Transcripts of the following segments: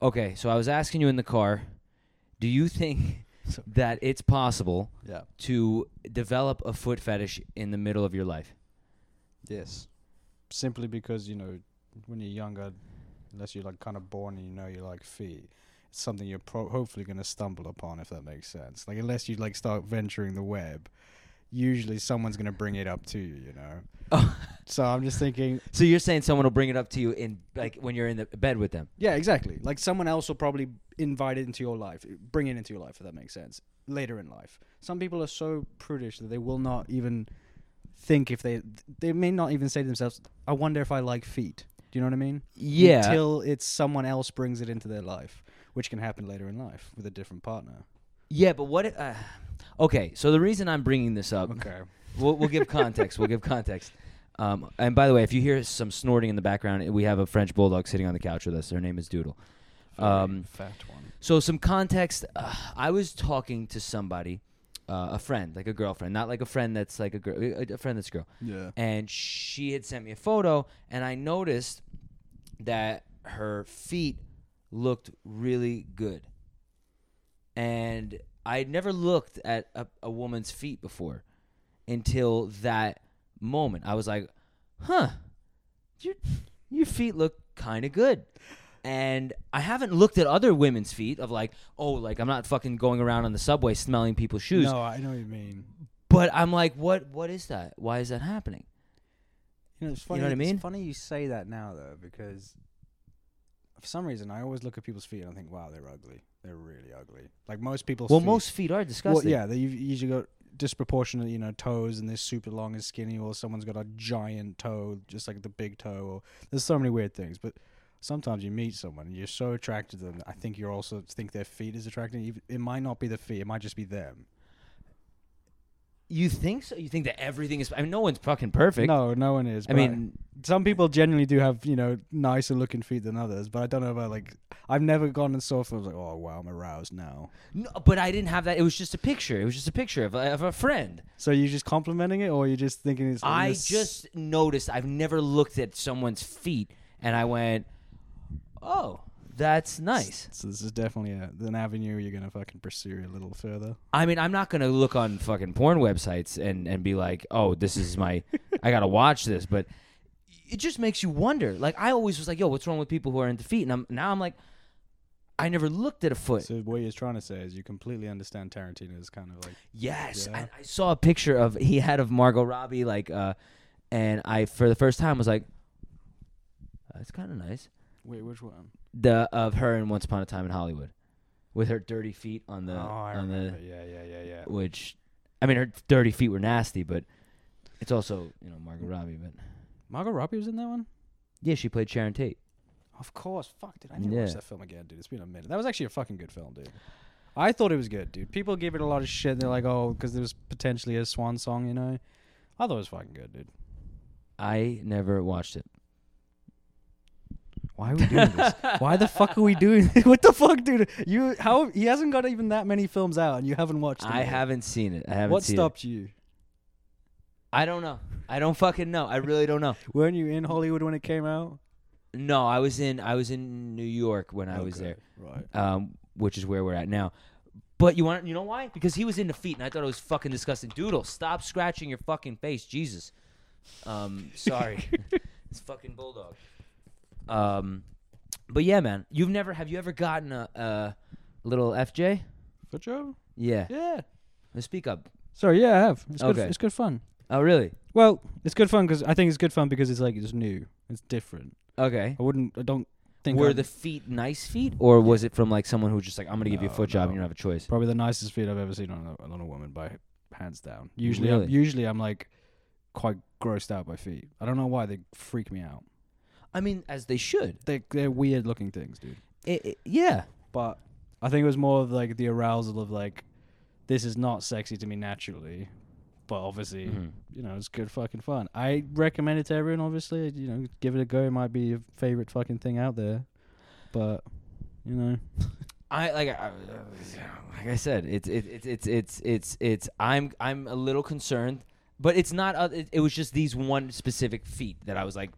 Okay, so I was asking you in the car, do you think Sorry. that it's possible Yeah. to develop a foot fetish in the middle of your life? Yes. Simply because, you know, when you're younger, unless you're like kind of born and you know you like feet, it's something you're pro- hopefully going to stumble upon, if that makes sense. Like, unless you like start venturing the web, usually someone's going to bring it up to you, you know? Oh. So I'm just thinking, So you're saying someone will bring it up to you in like when you're in the bed with them. yeah, exactly. Like, someone else will probably invite it into your life, bring it into your life, if that makes sense, later in life. Some people are so prudish that they will not even think if they, they may not even say to themselves, I wonder if I like feet. Do you know what I mean? until it's someone else brings it into their life, which can happen later in life with a different partner. yeah, but what uh, Okay, so the reason I'm bringing this up, Okay. we'll, we'll give context. we'll give context. Um, and by the way, if you hear some snorting in the background, we have a French bulldog sitting on the couch with us. Her name is Doodle. Um, fat one. So some context. Uh, I was talking to somebody, uh, a friend, like a girlfriend, not like a friend that's like a girl, a a friend that's a girl, Yeah. and she had sent me a photo, and I noticed that her feet looked really good, and I had never looked at a, a woman's feet before until that moment. I was like, "Huh, your your feet look kind of good." And I haven't looked at other women's feet of like, oh, like I'm not fucking going around on the subway smelling people's shoes. No, I know what you mean. But I'm like, what? What is that? Why is that happening? You know, it's You funny. know what I mean? It's funny you say that now, though, because for some reason I always look at people's feet and I think, wow, they're ugly. They're really ugly. Like most people's Well, feet. most feet are Well, disgusting. yeah, they you've usually got disproportionate, you know, toes and they're super long and skinny, or someone's got a giant toe, just like the big toe, or there's so many weird things. But sometimes you meet someone and you're so attracted to them. that I think you also think their feet is attractive. Even- It might not be the feet; it might just be them. You think so? You think that everything is? I mean, no one's fucking perfect. No, no one is. I but mean, some people generally do have you know nicer looking feet than others. But I don't know about like I've never gone and saw films like oh wow I'm aroused now. no, but I didn't have that. It was just a picture. It was just a picture of, of a friend. So you're just complimenting it, or you're just thinking it's I this- just noticed. I've never looked at someone's feet, and I went, "Oh, that's nice." So this is definitely a, an avenue you're gonna fucking pursue a little further. I mean, I'm not gonna look on fucking porn websites and and be like, oh, this is my, I gotta watch this. But it just makes you wonder. Like I always was like, yo, what's wrong with people who are into feet? And I'm now I'm like, I never looked at a foot. So what you're trying to say is you completely understand Tarantino is kind of like yes, Yeah. and I saw a picture of he had of Margot Robbie like, uh, and I for the first time was like, that's kind of nice. wait which one? The of her in Once Upon a Time in Hollywood, with her dirty feet on the oh, I on the remember. yeah yeah yeah yeah. which I mean her dirty feet were nasty, but it's also you know Margot Robbie. But Margot Robbie was in that one. yeah, she played Sharon Tate. Of course, fuck, dude. I need to watch Yeah. that film again, dude. It's been a minute. That was actually a fucking good film, dude. I thought it was good, dude. People give it a lot of shit. They're like, oh, because there was potentially a swan song, you know. I thought it was fucking good, dude. I never watched it. Why are we doing this? Why the fuck are we doing? This? What the fuck, dude? You how he hasn't got even that many films out, and you haven't watched. them I all. haven't seen it. I haven't What seen stopped you? it. I don't know. I don't fucking know. I really don't know. Weren't you in Hollywood when it came out? No, I was in I was in New York when I was there, Right. um, which is where we're at now. But you want you know why? Because he was into feet, and I thought it was fucking disgusting. Doodle, stop scratching your fucking face, Jesus. Um, sorry, it's fucking bulldog. Um, but yeah, man, you've never have you ever gotten a, a little FJ? For Joe? Yeah, Yeah. speak up. Sorry, yeah, I have. It's good. Okay. It's good fun. Oh, really? Well, it's good fun because I think it's good fun because it's like it's new, it's different. Okay. I wouldn't. I don't think. Were I'd- the feet nice feet, or was it from like someone who was just like, I'm gonna give you a No, foot job, and you no. don't have a choice? probably the nicest feet I've ever seen on a, on a woman by hands down. Usually, I'm, Really? usually I'm like quite grossed out by feet. I don't know why they freak me out. I mean, as they should. They they're weird looking things, dude. It, it- yeah. But I think it was more of like the arousal of like this is not sexy to me naturally, but obviously. Mhm. you know, it's good fucking fun. I recommend it to everyone. Obviously, you know, give it a go. It might be your favorite fucking thing out there, but you know, I like I, like I said, it's it, it's it's it's it's it's I'm I'm a little concerned, but it's not. Uh, it, it was just these one specific feet that I was like,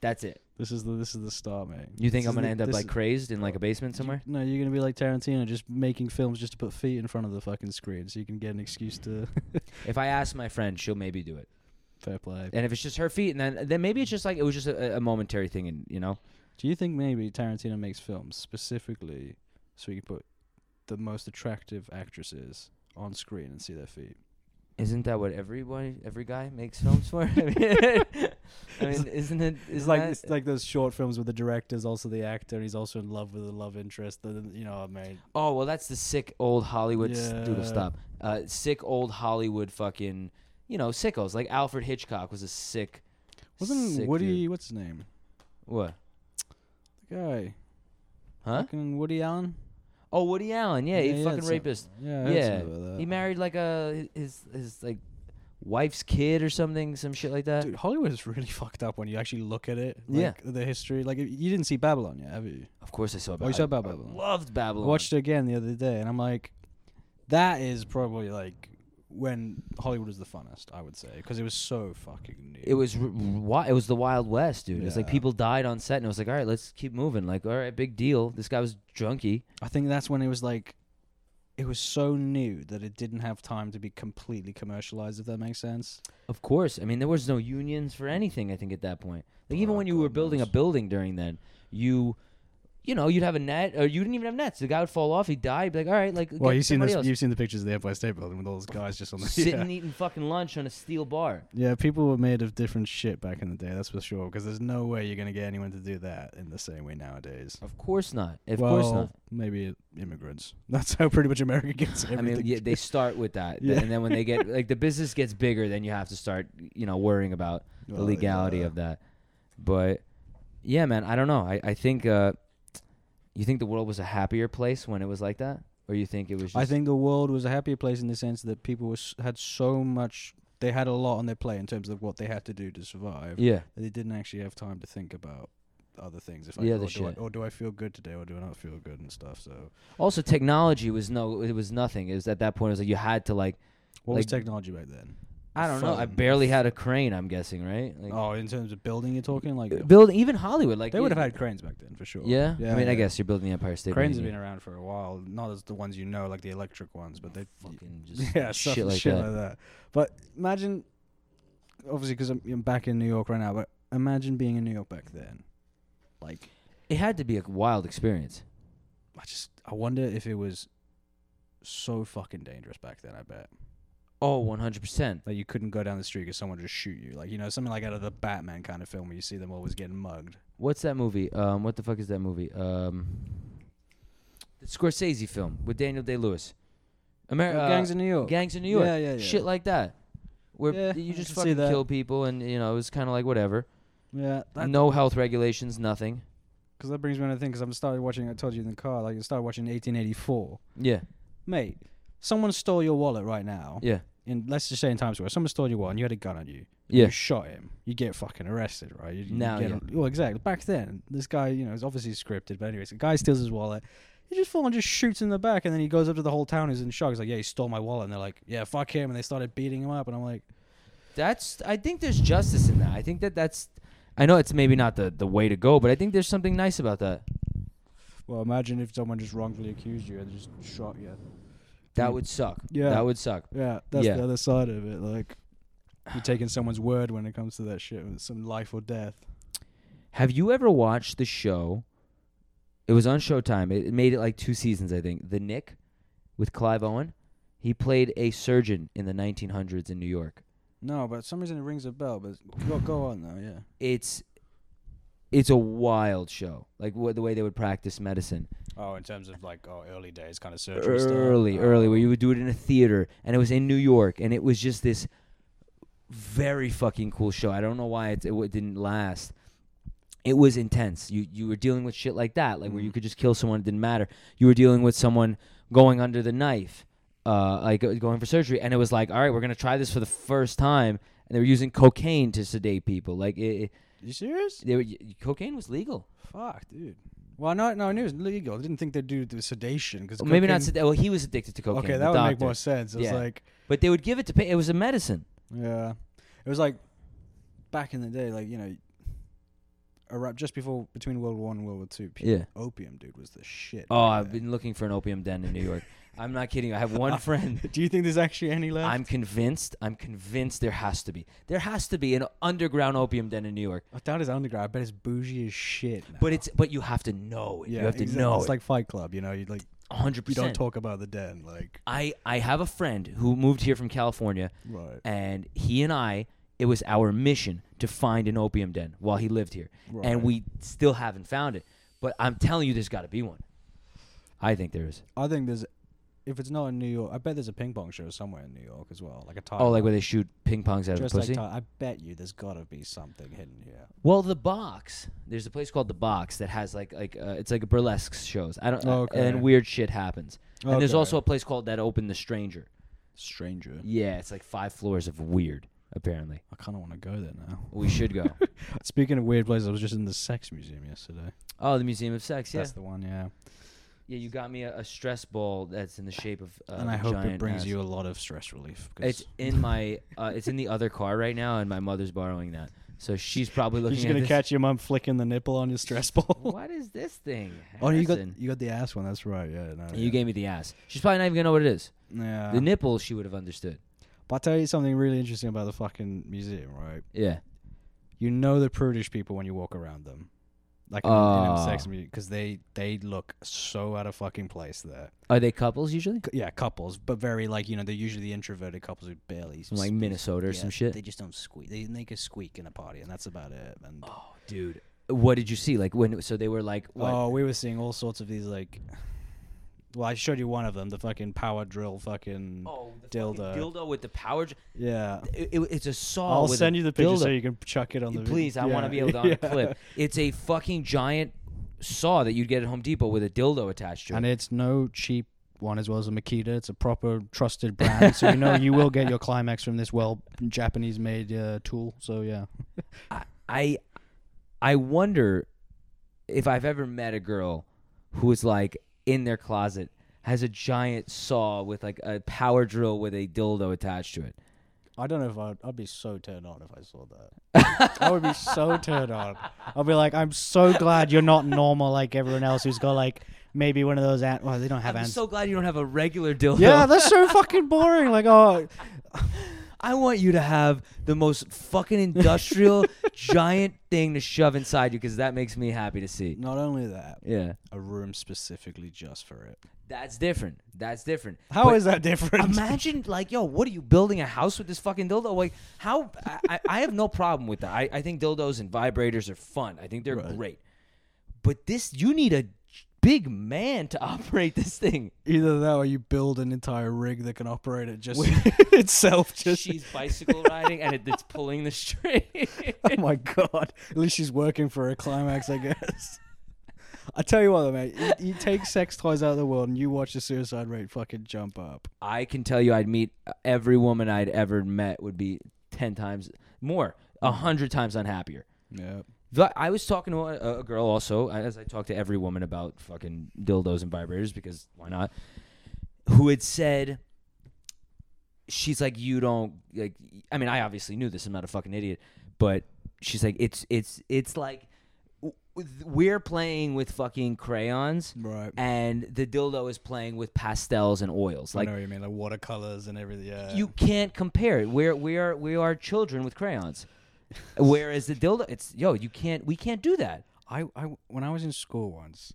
that's it. This is the this is the start, mate. You think This I'm is gonna the- end up this like is- crazed in like a basement somewhere? No, you're gonna be like Tarantino, just making films just to put feet in front of the fucking screen, so you can get an excuse to If I ask my friend, she'll maybe do it. fair play. And if it's just her feet, and then then maybe it's just like it was just a, a momentary thing, and you know, Do you think maybe Tarantino makes films specifically so he can put the most attractive actresses on screen and see their feet? isn't that what everybody, every guy makes films for? I mean, I mean isn't it? It's Is like that, it's like those short films where the director's also the actor. He's also in love with the love interest. Then you know, I mean, oh well, that's the sick old Hollywood s- doodle Yeah. stop. Uh, sick old Hollywood fucking, you know, sickos. Like Alfred Hitchcock was a sick. wasn't sick Woody? dude. What's his name? What? The guy. Huh? Fucking Woody Allen. Oh, Woody Allen. Yeah, he had fucking some- rapist. Yeah, I heard Yeah, something about that. He married like a his his like wife's kid or something, some shit like that. Dude, Hollywood is really fucked up when you actually look at it. Uh, Yeah. Like, the history. Like, you didn't see Babylon yet, have you? Of course, I saw. Oh, you Babylon. saw Babylon. I loved Babylon. I watched it again the other day, and I'm like, that is probably like when Hollywood was the funnest, I would say, because it was so fucking new. It was r- wi- it was the Wild West, dude. It's like Yeah. people died on set, and it was like, all right, let's keep moving. Like, all right, big deal. This guy was junkie. I think that's when it was like, it was so new that it didn't have time to be completely commercialized. If that makes sense. Of course, I mean there was no unions for anything. I think at that point, like even Oh, when you were God building a knows. building during then, you, you know, you'd have a net, or you didn't even have nets. The guy would fall off, he'd die. You'd be like, all right, like Well, get you've seen somebody this. else. You've seen the pictures of the Empire State Building with all those guys just on the sitting Yeah. eating fucking lunch on a steel bar. Yeah, people were made of different shit back in the day. That's for sure. Because there's no way you're gonna get anyone to do that in the same way nowadays. Of course not. Of well, course not. Maybe immigrants. That's how pretty much America gets I everything. mean, yeah, they start with that, Yeah. and then when they get like the business gets bigger, then you have to start, you know, worrying about the Well, legality yeah. of that. But yeah, man, I don't know. I I think uh, you think the world was a happier place when it was like that, or you think it was? Just, I think the world was a happier place in the sense that people was, had so much. They had a lot on their plate in terms of what they had to do to survive. yeah, They didn't actually have time to think about other things. If The I, other or do I, shit. or do I feel good today, or do I not feel good and stuff. So, Also, technology was no, it was nothing. It was at that point, it was like you had to like, what was Like- technology back then? I don't know, I Phone. barely had a crane. I'm guessing, right? Like, oh, in terms of building, you're talking like Uh, building even Hollywood, like they would have yeah. had cranes back then for sure. Yeah? I mean, I yeah. guess you're building the Empire State. cranes have Building. been around for a while. Not as the ones you know, like the electric ones, but they fucking just yeah, stuff, shit and like shit that. like that. But imagine, obviously, because I'm, I'm back in New York right now. But imagine being in New York back then. Like, It had to be a wild experience. I just I wonder if it was so fucking dangerous back then. I bet Oh, 100%. like you couldn't go down the street because someone would just shoot you. Like you know something like out of the Batman kind of film where you see them always getting mugged. What's that movie? Um, what the fuck is that movie? Um, the Scorsese film with Daniel Day Lewis. Amer- uh, gangs in New York. Gangs in New York. Yeah, yeah, yeah. Shit like that. Where Yeah, you I just can see fucking that. kill people and, you know, it's kind of like whatever. yeah, that, no health regulations, nothing. because that brings me to thing. Because I'm started watching. I told you in the car. Like I started watching 1884. Yeah, Mate, someone stole your wallet right now. yeah, in let's just say in Times Square, someone stole your wallet and you had a gun on you. yeah. You shot him. You get fucking arrested, right? You, you Now, get, yeah. Well, exactly. Back then, this guy, you know, is obviously scripted, but anyways, the guy steals his wallet. He just full and just shoots in the back, and then he goes up to the whole town who's in shock. He's like, "Yeah, he stole my wallet," and they're like, "Yeah, fuck him," and they started beating him up. And I'm like, That's. I think there's justice in that. I think that that's. I know it's maybe not the, the way to go, but I think there's something nice about that. "Well, imagine if someone just wrongfully accused you and just shot you." That Mm. would suck. Yeah. That would suck. Yeah, that's Yeah. the other side of it. Like, you're taking someone's word when it comes to that shit. It's some life or death. Have you ever watched the show? It was on Showtime. It it made it like two seasons, I think. The Nick with Clive Owen. He played a surgeon in the 1900s in New York. No, but for some reason it rings a bell. But go, go on though. Yeah. It's it's a wild show. Like wha- the way they would practice medicine. Oh, in terms of like oh, early days kind of surgery stuff. Oh. Early, early, where you would do it in a theater, and it was in New York, and it was just this very fucking cool show. I don't know why it, it, w- didn't last. It was intense. You you were dealing with shit like that, like where you Mhm. could just kill someone, it didn't matter. You were dealing with someone going under the knife, uh, like uh, going for surgery, and it was like, all right, we're gonna try this for the first time, and they were using cocaine to sedate people. Like it, it, You serious? they were, y- y- cocaine was legal. Fuck, dude. Well, no, no, I knew it was legal. I didn't think they'd do the sedation because Well, maybe not. Sed- well, he was addicted to cocaine. Okay, the that would make doctor. more sense. It was Yeah. like But they would give it to. Pa- it was a medicine. yeah, it was like back in the day, like you know, around just before between World War One and World War Two. P- Yeah. opium dude was the shit. Oh, back I've then. been looking for an opium den in New York. I'm not kidding. you. I have one friend. Do you think there's actually any left? I'm convinced. I'm convinced there has to be. There has to be an underground opium den in New York. I doubt it's underground. I bet it's bougie as shit. now. But it's but you have to know it. yeah, you have to exactly. know It's it. like Fight Club. You know, you like 100%. you don't talk about the den. Like I I have a friend who moved here from California right, and he and I it was our mission to find an opium den while he lived here. Right. And we still haven't found it. But I'm telling you there's got to be one. I think there is. I think there's. If it's not in New York, I bet there's a ping pong show somewhere in New York as well, like a time. Oh, like where they shoot ping pongs out of just a like pussy? Thai- I bet you there's gotta be something hidden here. Well, the box. There's a place called the Box that has like like uh, it's like a burlesque shows. I don't uh, Okay. and weird shit happens. And there's Okay. also a place called that opened the Stranger. Stranger. Yeah, it's like five floors of weird. Apparently, I kind of want to go there now. we should go. Speaking of weird places, I was just in the sex museum yesterday. oh, the Museum of Sex. Yeah, That's the one, yeah. yeah. You got me a, a stress ball that's in the shape of. Uh, and I a hope it giant brings ass. you a lot of stress relief. It's Because in my. Uh, it's in the other car right now, and my mother's borrowing that, so she's probably looking. she's at gonna this. catch your mom flicking the nipple on your stress ball. What is this thing? oh, you got Harrison? you got the ass one. That's right. Yeah. No, You yeah. gave me the ass. She's probably not even gonna know what it is. yeah. the nipple, she would have understood. but I tell you something really interesting about the fucking museum, right? Yeah. You know the prudish people when you walk around them, like in, a- in a Ah. sex museum, because they they look so out of fucking place there. Are they couples usually? C- yeah, couples, but very like you know they're usually the introverted couples who barely From like speak. Minnesota or Yeah, some shit. They just don't squeak. They make a squeak in a party, and that's about it. And oh, dude. What did you see? Like when? So they were like, what? oh, we were seeing all sorts of these like. Well, I showed you one of them, the fucking power drill, fucking Oh, the fucking dildo. dildo with the power. dr- yeah. It, it- it's a saw. I'll Oh, with send a you the picture dildo. so you can chuck it on the. vid- Please, I want to yeah, be able to on yeah. a clip. It's a fucking giant saw that you'd get at Home Depot with a dildo attached to it. And it's no cheap one as well as a Makita. It's a proper trusted brand, so you know you will get your climax from this well Japanese-made uh, tool. So yeah. I, I, I wonder if I've ever met a girl who is like in their closet has a giant saw with like a power drill with a dildo attached to it. I don't know if I'd, I'd be so turned on if I saw that. I would be so turned on. I'll be like, I'm so glad you're not normal like everyone else who's got like maybe one of those ant. Well, they don't have I'm ants. so glad you don't have a regular dildo. yeah, that's so fucking boring. Like, oh, I want you to have the most fucking industrial giant thing to shove inside you because that makes me happy to see. not only that, Yeah, a room specifically just for it. that's different. That's different. How But is that different? Imagine like, yo, what are you building a house with this fucking dildo? Like, how? I, I- I have no problem with that. I, I think dildos and vibrators are fun. I think they're Right. great. But this, you need a big man to operate this thing. Either that, or you build an entire rig that can operate it just itself. Just She's bicycle riding and it, it's pulling the string. oh my god! At least she's working for a climax, I guess. I tell you what, though, mate. You, you take sex toys out of the world, and you watch the suicide rate fucking jump up. I can tell you, I'd meet every woman I'd ever met would be ten times more, a hundred times unhappier. Yeah. The- I was talking to a, a girl also, as I talk to every woman about fucking dildos and vibrators because why not? Who had said, she's like, you don't like. I mean, I obviously knew this. I'm not a fucking idiot, but she's like, it's it's it's like w- w- we're playing with fucking crayons. Right. And the dildo is playing with pastels and oils. Like I know what you mean, like watercolors and everything. Yeah. you can't compare it. We're we are we are children with crayons. Whereas the dildo, it's yo, you can't. We can't do that. I, I when I was in school once,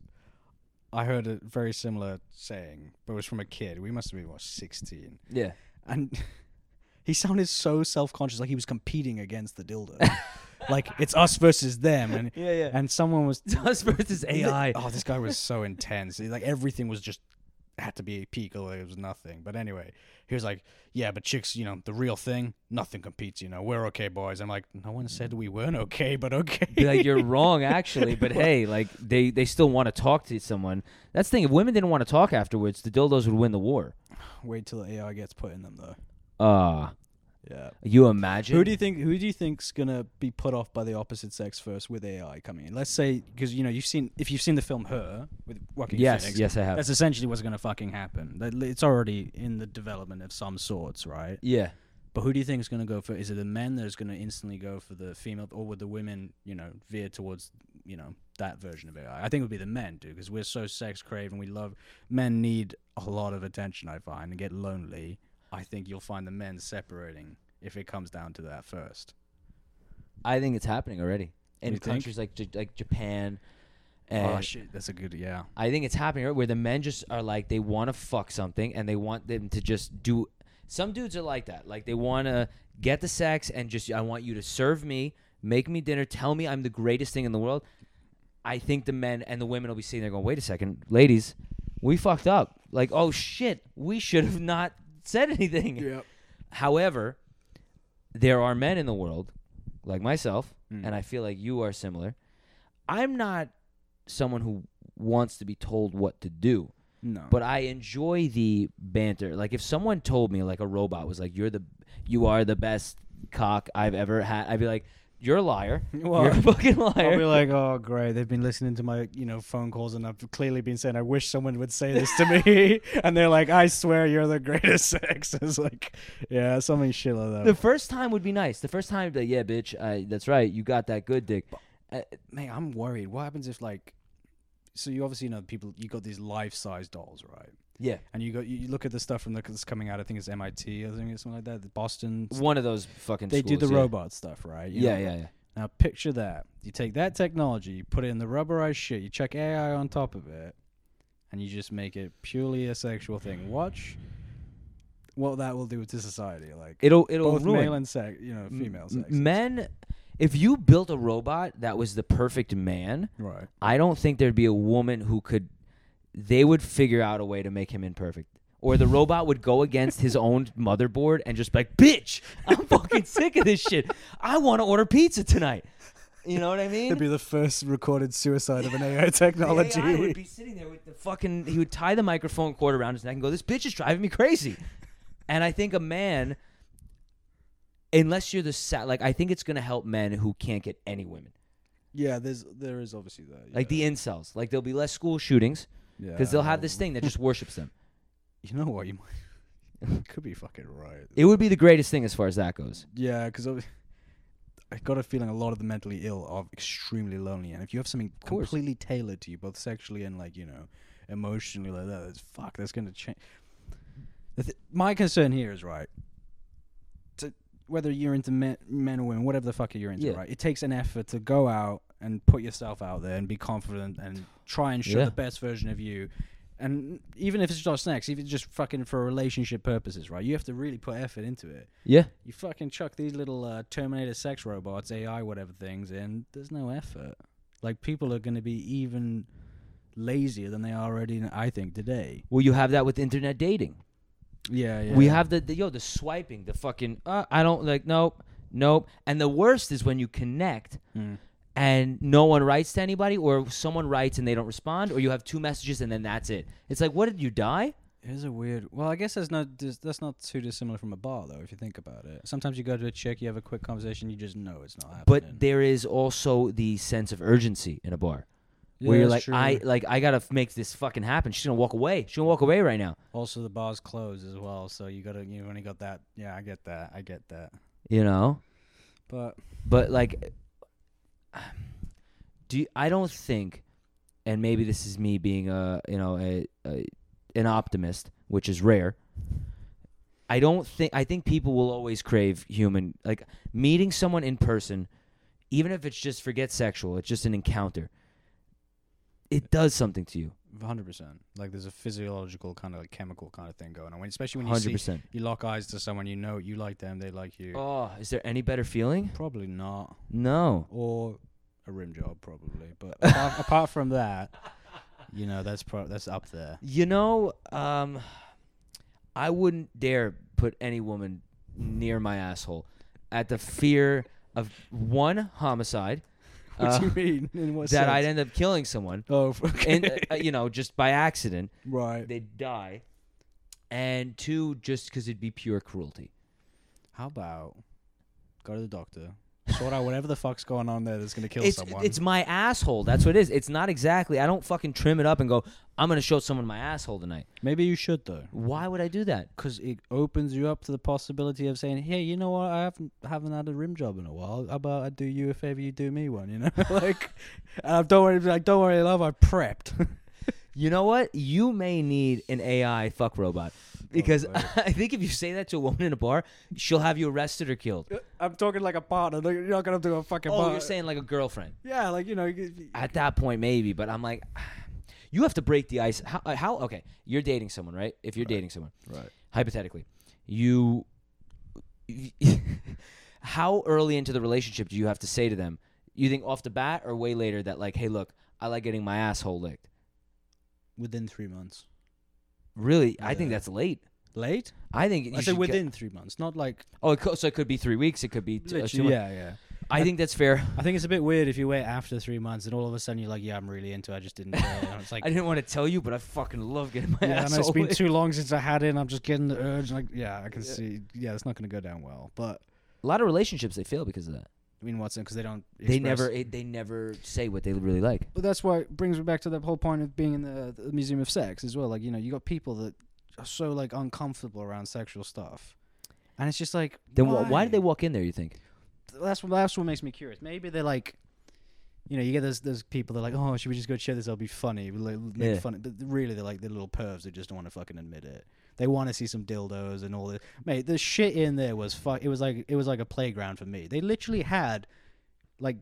I heard a very similar saying, but it was from a kid. We must have been what sixteen, Yeah. and he sounded so self conscious, like he was competing against the dildo, like it's us versus them, and Yeah, yeah. and someone was Us versus AI. Oh, this guy was so intense. He, like everything was just had to be peak, or it was nothing. But anyway, he was like, "Yeah, but chicks, you know, the real thing, nothing competes. You know, we're okay, boys." I'm like, "No one said we weren't okay, but okay." Be like you're wrong actually, but hey, like they they still want to talk to someone. That's the thing. If women didn't want to talk afterwards, the dildos would win the war. Wait till the AI gets put in them, though. Uh Yeah. you imagine? Who do you think? Who do you think's gonna be put off by the opposite sex first with AI coming in? Let's say because you know you've seen if you've seen the film Her with Joaquin Yes, Phoenix, yes, I have. That's essentially what's gonna fucking happen. That- It's already in the development of some sorts, right? yeah. But who do you think is going to go for? Is it the men that is going to instantly go for the female, or would the women, you know, veer towards, you know, that version of AI? I think it would be the men, dude, because we're so sex craving. We love men need a lot of attention. I find and get lonely. I think you'll find the men separating if it comes down to that first. I think it's happening already in You think? countries like J- like Japan. And oh shit, that's a good yeah. I think it's happening right, where the men just are like they want to fuck something and they want them to just do. Some dudes are like that. Like they want to get the sex and just I want you to serve me, make me dinner, tell me I'm the greatest thing in the world. I think the men and the women will be sitting there going, "Wait a second, ladies, we fucked up. Like, oh shit, we should have not said anything." However, there are men in the world, like myself, Mm. and I feel like you are similar. I'm not someone who wants to be told what to do, No. but I enjoy the banter. Like if someone told me, like a robot was like, "You're the, you are the best cock I've ever had," I'd be like, "You're a liar. Well, You're a fucking liar." I'll be like, oh great, they've been listening to my you know phone calls, and I've clearly been saying I wish someone would say this to me, and they're like, I swear you're the greatest sex. It's like, yeah, something shit like that. the first time would be nice. The first time, like, yeah, bitch, I, that's right. You got that good dick. Uh, Man, I'm worried. What happens if like, so you obviously know people, you got these life size dolls, right? yeah, And you go, you you look at the stuff from the that's coming out. I think it's MIT, I think it's something like that, the Boston. one of those fucking. They do schools, the yeah. robot stuff, right? You know, Yeah, yeah, yeah. Now picture that. You take that technology, you put it in the rubberized shit, you check AI on top of it, and you just make it purely a sexual thing. Watch what that will do to society. Like It'll it'll both ruin male and sex, you know, female M- sex. Men, if you built a robot that was the perfect man, right. I don't think there'd be a woman who could. They would figure out a way to make him imperfect, or the robot would go against his own motherboard and just be like, "Bitch, I'm fucking sick of this shit. I want to order pizza tonight." You know what I mean? It'd be the first recorded suicide of an AI The technology. AI would be sitting there with the fucking. He would tie the microphone cord around his neck and go, "This bitch is driving me crazy." and I think a man, unless you're the sa- like, I think it's gonna help men who can't get any women, yeah, there's there is obviously that. like the incels. Like there'll be less school shootings because they'll have this thing that just worships them. You know what? You might you could be fucking right. It would be the greatest thing as far as that goes. Yeah, because I got a feeling a lot of the mentally ill are extremely lonely, and if you have something course. completely tailored to you, both sexually and like you know, emotionally like that, that's, fuck, that's gonna change. The th- my concern here is right. To, whether you're into men, men or women, whatever the fuck you're into, Yeah. right? It takes an effort to go out and put yourself out there and be confident and try and show Yeah. the best version of you. And even if it's just snacks, even just fucking for relationship purposes, right? You have to really put effort into it. Yeah, You fucking chuck these little uh, Terminator sex robots, AI, whatever things in. There's no effort. Like people are going to be even lazier than they are already, I think, today. well, you have that with internet dating. Yeah, yeah. We have the, the yo the swiping, the fucking. Uh, I don't like. Nope, nope. And the worst is when you connect Mm. and no one writes to anybody, or someone writes and they don't respond, or you have two messages and then that's it. It's like, what did you die? It is a weird. Well, I guess there's no. There's, that's not too dissimilar from a bar, though, if you think about it. Sometimes you go to a chick, you have a quick conversation, you just know it's not happening. But there is also the sense of urgency in a bar where Yeah, you're like, that's I true. like I gotta f- make this fucking happen. She's gonna walk away. She's gonna walk away right now. also the bar's closed as well, so you gotta. You have only got that. Yeah, I get that. I get that. You know. But But like, do you, I don't think, and maybe this is me being a you know a, a an optimist, which is rare. I don't think I think people will always crave human like meeting someone in person, even if it's just forget sexual, it's just an encounter. It does something to you, hundred percent. Like there's a physiological kind of like chemical kind of thing going on. When especially when you hundred see percent. you lock eyes to someone you know you like them they like you Oh, is there any better feeling? probably not No. or a rim job probably but apart, apart from that you know that's pro- that's up there You know, um, I wouldn't dare put any woman near my asshole at the fear of one homicide uh, do you mean in what that I'd end up killing someone, oh okay. and uh, you know, just by accident right they'd die, and two, just because it'd be pure cruelty. how about go to the doctor Sort out whatever the fuck's going on there that's gonna kill it's someone. it's my asshole. That's what it is. It's not exactly. I don't fucking trim it up and go. I'm gonna show someone my asshole tonight. Maybe you should though, Why would I do that? because it opens you up to the possibility of saying, "Hey, you know what? I haven't haven't had a rim job in a while. How about I do you a favor, you do me one? You know, like, and I don't worry, like, don't worry, love, I prepped. You know what? You may need an AI fuck robot Oh, because boy. I think if you say that to a woman in a bar, she'll have you arrested or killed. I'm talking like a partner. Like, you're not gonna have to go fucking. Oh, bar- you're saying like a girlfriend. Yeah, like you know, you- At that point, maybe. But I'm like, you have to break the ice. How? uh, how okay, you're dating someone, right? If you're dating someone, right. hypothetically, you. how early into the relationship do you have to say to them? You think off the bat or way later that like, hey, look, I like getting my asshole licked. Within three months. Really, I think Yeah. that's late. Late? I think you I should said get- within three months, not like Oh, it co- so it could be three weeks. It could be t- uh, two literally. months. Yeah, yeah. I think that's fair. I think it's a bit weird if you wait after three months and all of a sudden you're like, yeah, I'm really into. it. I just didn't. Know. And it's like, I didn't want to tell you, but I fucking love getting my yeah, I know asshole. it's been licked. too long since I had it. and I'm just getting the urge. Like, yeah, I can see. Yeah, it's not gonna go down well. But a lot of relationships they fail because of that. I mean, what's it? Because they don't. They express- never it, they never say what they really like. But that's why it brings me back to that whole point of being in the, the museum of sex as well. Like, you know, you got people that are so like uncomfortable around sexual stuff, and it's just like, Then why, why, why did they walk in there? You think? that's what that's what makes me curious. Maybe they're like, you know, you get those those people that are like, oh, should we just go share this? It'll be funny. We'll like, make Yeah. fun. But really, they're like the little pervs that just don't want to fucking admit it. They want to see some dildos and all this. Mate, the shit in there was fuck. It was like it was like a playground for me. They literally had like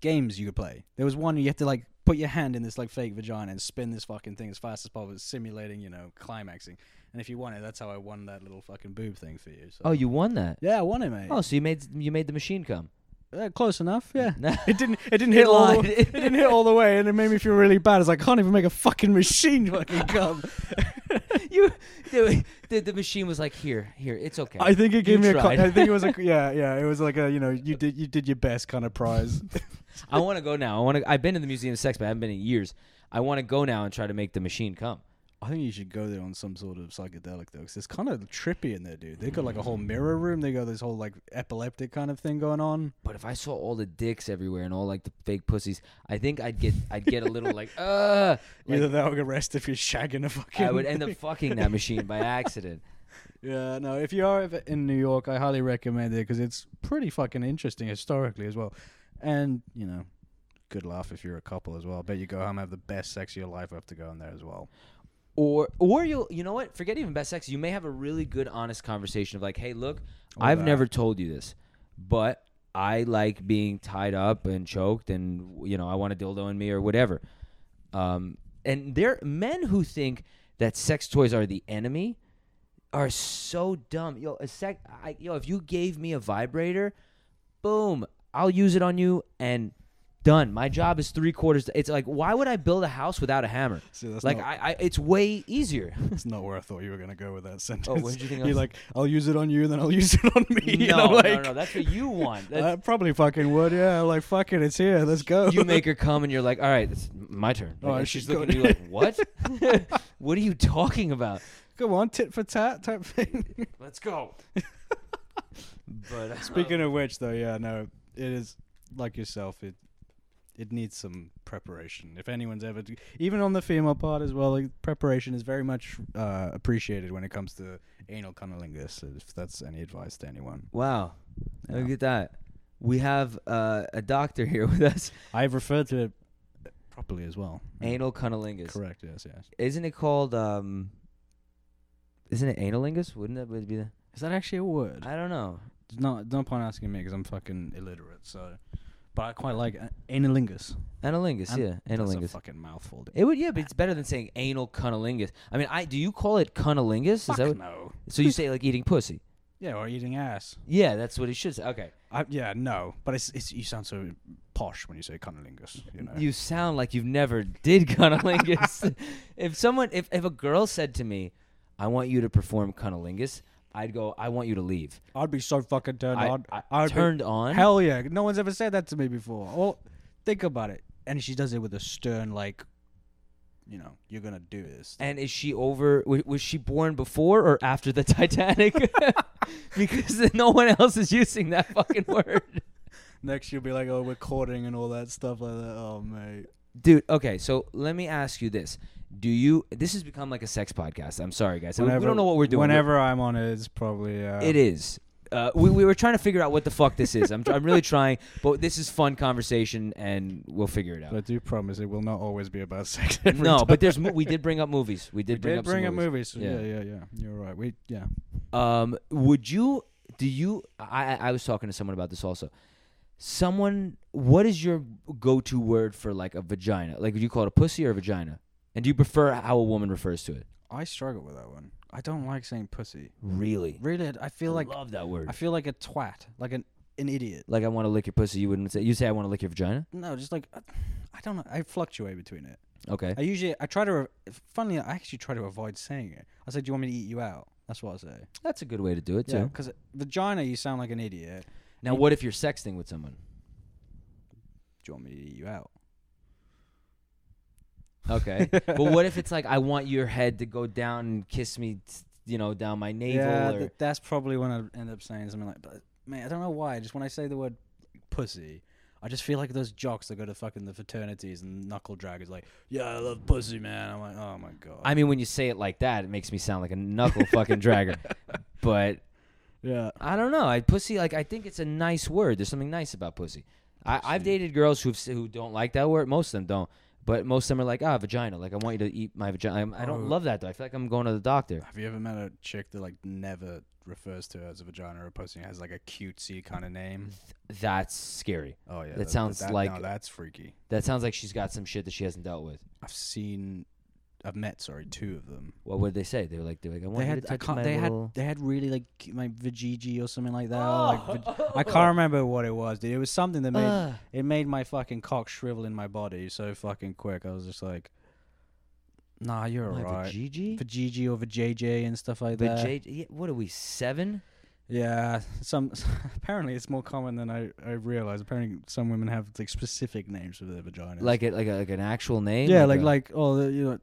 games you could play. There was one you had to like put your hand in this like fake vagina and spin this fucking thing as fast as possible, simulating you know climaxing. And if you won it, that's how I won that little fucking boob thing for you. So. Oh, you won that. yeah, I won it, mate. Oh, so you made you made the machine come. Uh, close enough, yeah. No. It didn't. It didn't It hit all. lied. The, it didn't hit all the way, and it made me feel really bad. It's like I can't even make a fucking machine fucking come. you the, the, the machine was like here here it's okay. I think it gave You me a. co- tried. I think it was like yeah, yeah. It was like a you know you did you did your best kind of prize. I want to go now. I want to. I've been to the Museum of Sex, but I haven't been in years. I want to go now and try to make the machine come. I think you should go there on some sort of psychedelic though, because it's kind of trippy in there, dude. They got like a whole mirror room. They got this whole like epileptic kind of thing going on. But if I saw all the dicks everywhere and all like the fake pussies, I think I'd get I'd get a little like uh like, Either that or get arrested if you're shagging a fucking. I would end up fucking that machine by accident. Yeah, no. If you are ever in New York, I highly recommend it because it's pretty fucking interesting historically as well, and you know, good laugh if you're a couple as well. I bet you go home and have the best sex of your life after going there as well. Or or you'll you know what? Forget even best sex. You may have a really good honest conversation of like, hey, look, All I've that. never told you this, but I like being tied up and choked and you know, I want a dildo in me or whatever. Um and there men who think that sex toys are the enemy are so dumb. Yo, a sec I, yo, if you gave me a vibrator, boom, I'll use it on you and done. My job is three quarters. It's like, why would I build a house without a hammer? See, that's like, not- I, I, it's way easier. It's not where I thought you were gonna go with that sentence. Oh, did you think I You're was- like, I'll use it on you, then I'll use it on me. and no, I'm like, no, no, that's what you want. That's, I probably fucking would. Yeah, I'm like fuck it, it's here. Let's go. you make her come, and you're like, all right, it's my turn. Oh, and she's she's looking at you like, what? what are you talking about? go on, tit for tat type thing. Let's go. but uh, Speaking of which, though, yeah, no, it is like yourself. It it needs some preparation. If anyone's ever, d even on the female part as well, like, preparation is very much uh, appreciated when it comes to anal cunnilingus. If that's any advice to anyone, wow, Yeah. look at that. We have uh, a doctor here with us. I've referred to it properly as well. Anal cunnilingus. Correct. Yes. Yes. Isn't it called? um Isn't it analingus? Wouldn't that be the? Is that actually a word? I don't know. No, no point asking me because I'm fucking illiterate. So, but I quite like a- analingus. Analingus, An- yeah, That's a analingus. fucking mouthful. Dude. It would, yeah, but it's better than saying anal cunnilingus. I mean, I do you call it cunnilingus? Is Fuck that what, no. so you say like eating pussy? Yeah, or eating ass. Yeah, that's what it should say. Okay, I, yeah, no, but it's, it's you sound so posh when you say cunnilingus. You know, you sound like you've never did cunnilingus. if someone, if if a girl said to me, "I want you to perform cunnilingus," I'd go, "I want you to leave." I'd be so fucking turned I, on. I, I'd be- turned on. Hell yeah, no one's ever said that to me before. Well, think about it, and she does it with a stern, like, you know, you're gonna do this. And is she over? wa- Was she born before or after the Titanic? because no one else is using that fucking word. Next, you'll be like, oh, we're courting and all that stuff like that. Oh, mate. Dude, okay, so let me ask you this. Do you this has become like a sex podcast. I'm sorry guys. We- we don't know what we're doing. We're- Whenever I'm on it, it's probably. Uh, It is. Uh, we, we were trying to figure out what the fuck this is. I'm, tr- I'm really trying, but this is fun conversation, and we'll figure it But I out. do promise it will not always be about sex. Every no, time. but there's mo- we did bring up movies. We did We bring did up bring some up movies. movies. so Yeah. yeah. yeah, yeah, You're right. We yeah. Um, would you? Do you? I I I was talking to someone about this also. Someone, what is your go-to word for like a vagina? Like, do you call it a pussy or a vagina? And do you prefer how a woman refers to it? I struggle with that one. I don't like saying pussy. Really, Really, I feel like love that word. I feel like a twat, like an an idiot. like I want to lick your pussy. You wouldn't say. You say I want to lick your vagina. No, just like I I don't know. I fluctuate between it. Okay. I usually I try to. Re- funnily, I actually try to avoid saying it. I say, "Do you want me to eat you out?" That's what I say. That's a good way to do it too. because vagina, you sound like an idiot. Now, what if you're sexting with someone? Do you want me to eat you out? Okay. but what if it's like I want your head to go down and kiss me, t- you know, down my navel yeah, or th- that's probably when I end up saying something like, "But man, I don't know why. Just when I say the word pussy." I just feel like those jocks that go to fucking the fraternities and knuckle draggers like, yeah, I love pussy, man. I'm like, oh my god. I mean, when you say it like that, it makes me sound like a knuckle fucking dragger. But yeah, I don't know. I pussy like I think it's a nice word. There's something nice about pussy. I, I've dated girls who've s- who don't like that word. Most of them don't. But most of them are like, ah, vagina. Like I want you to eat my vagina. I'm- I don't Oh. love that though. I feel like I'm going to the doctor. Have you ever met a chick that like never refers to her as a vagina or a pussy and has like a cutesy kind of name? That's scary. Oh yeah, Mm. That sounds like- no, that's freaky. That sounds like she's got some shit that she hasn't dealt with. I've seen, I've met sorry two of them. What would they say? They were like, they were like, I want you to touch my little- they had really like c- my vajiji or something like that. Oh. or, like, vag- I can't remember what it was, dude. It was something that made Ugh. it made my fucking cock shrivel in my body so fucking quick. I was just like, Nah, you're My alright. Vajiji? Vajiji or vajayjay and stuff like that. Vajay- yeah, what are we, seven? Yeah, some apparently it's more common than I I realized. Apparently, some women have like specific names for their vaginas. Like it, like, a, like an actual name? yeah, like a- like oh the- you know,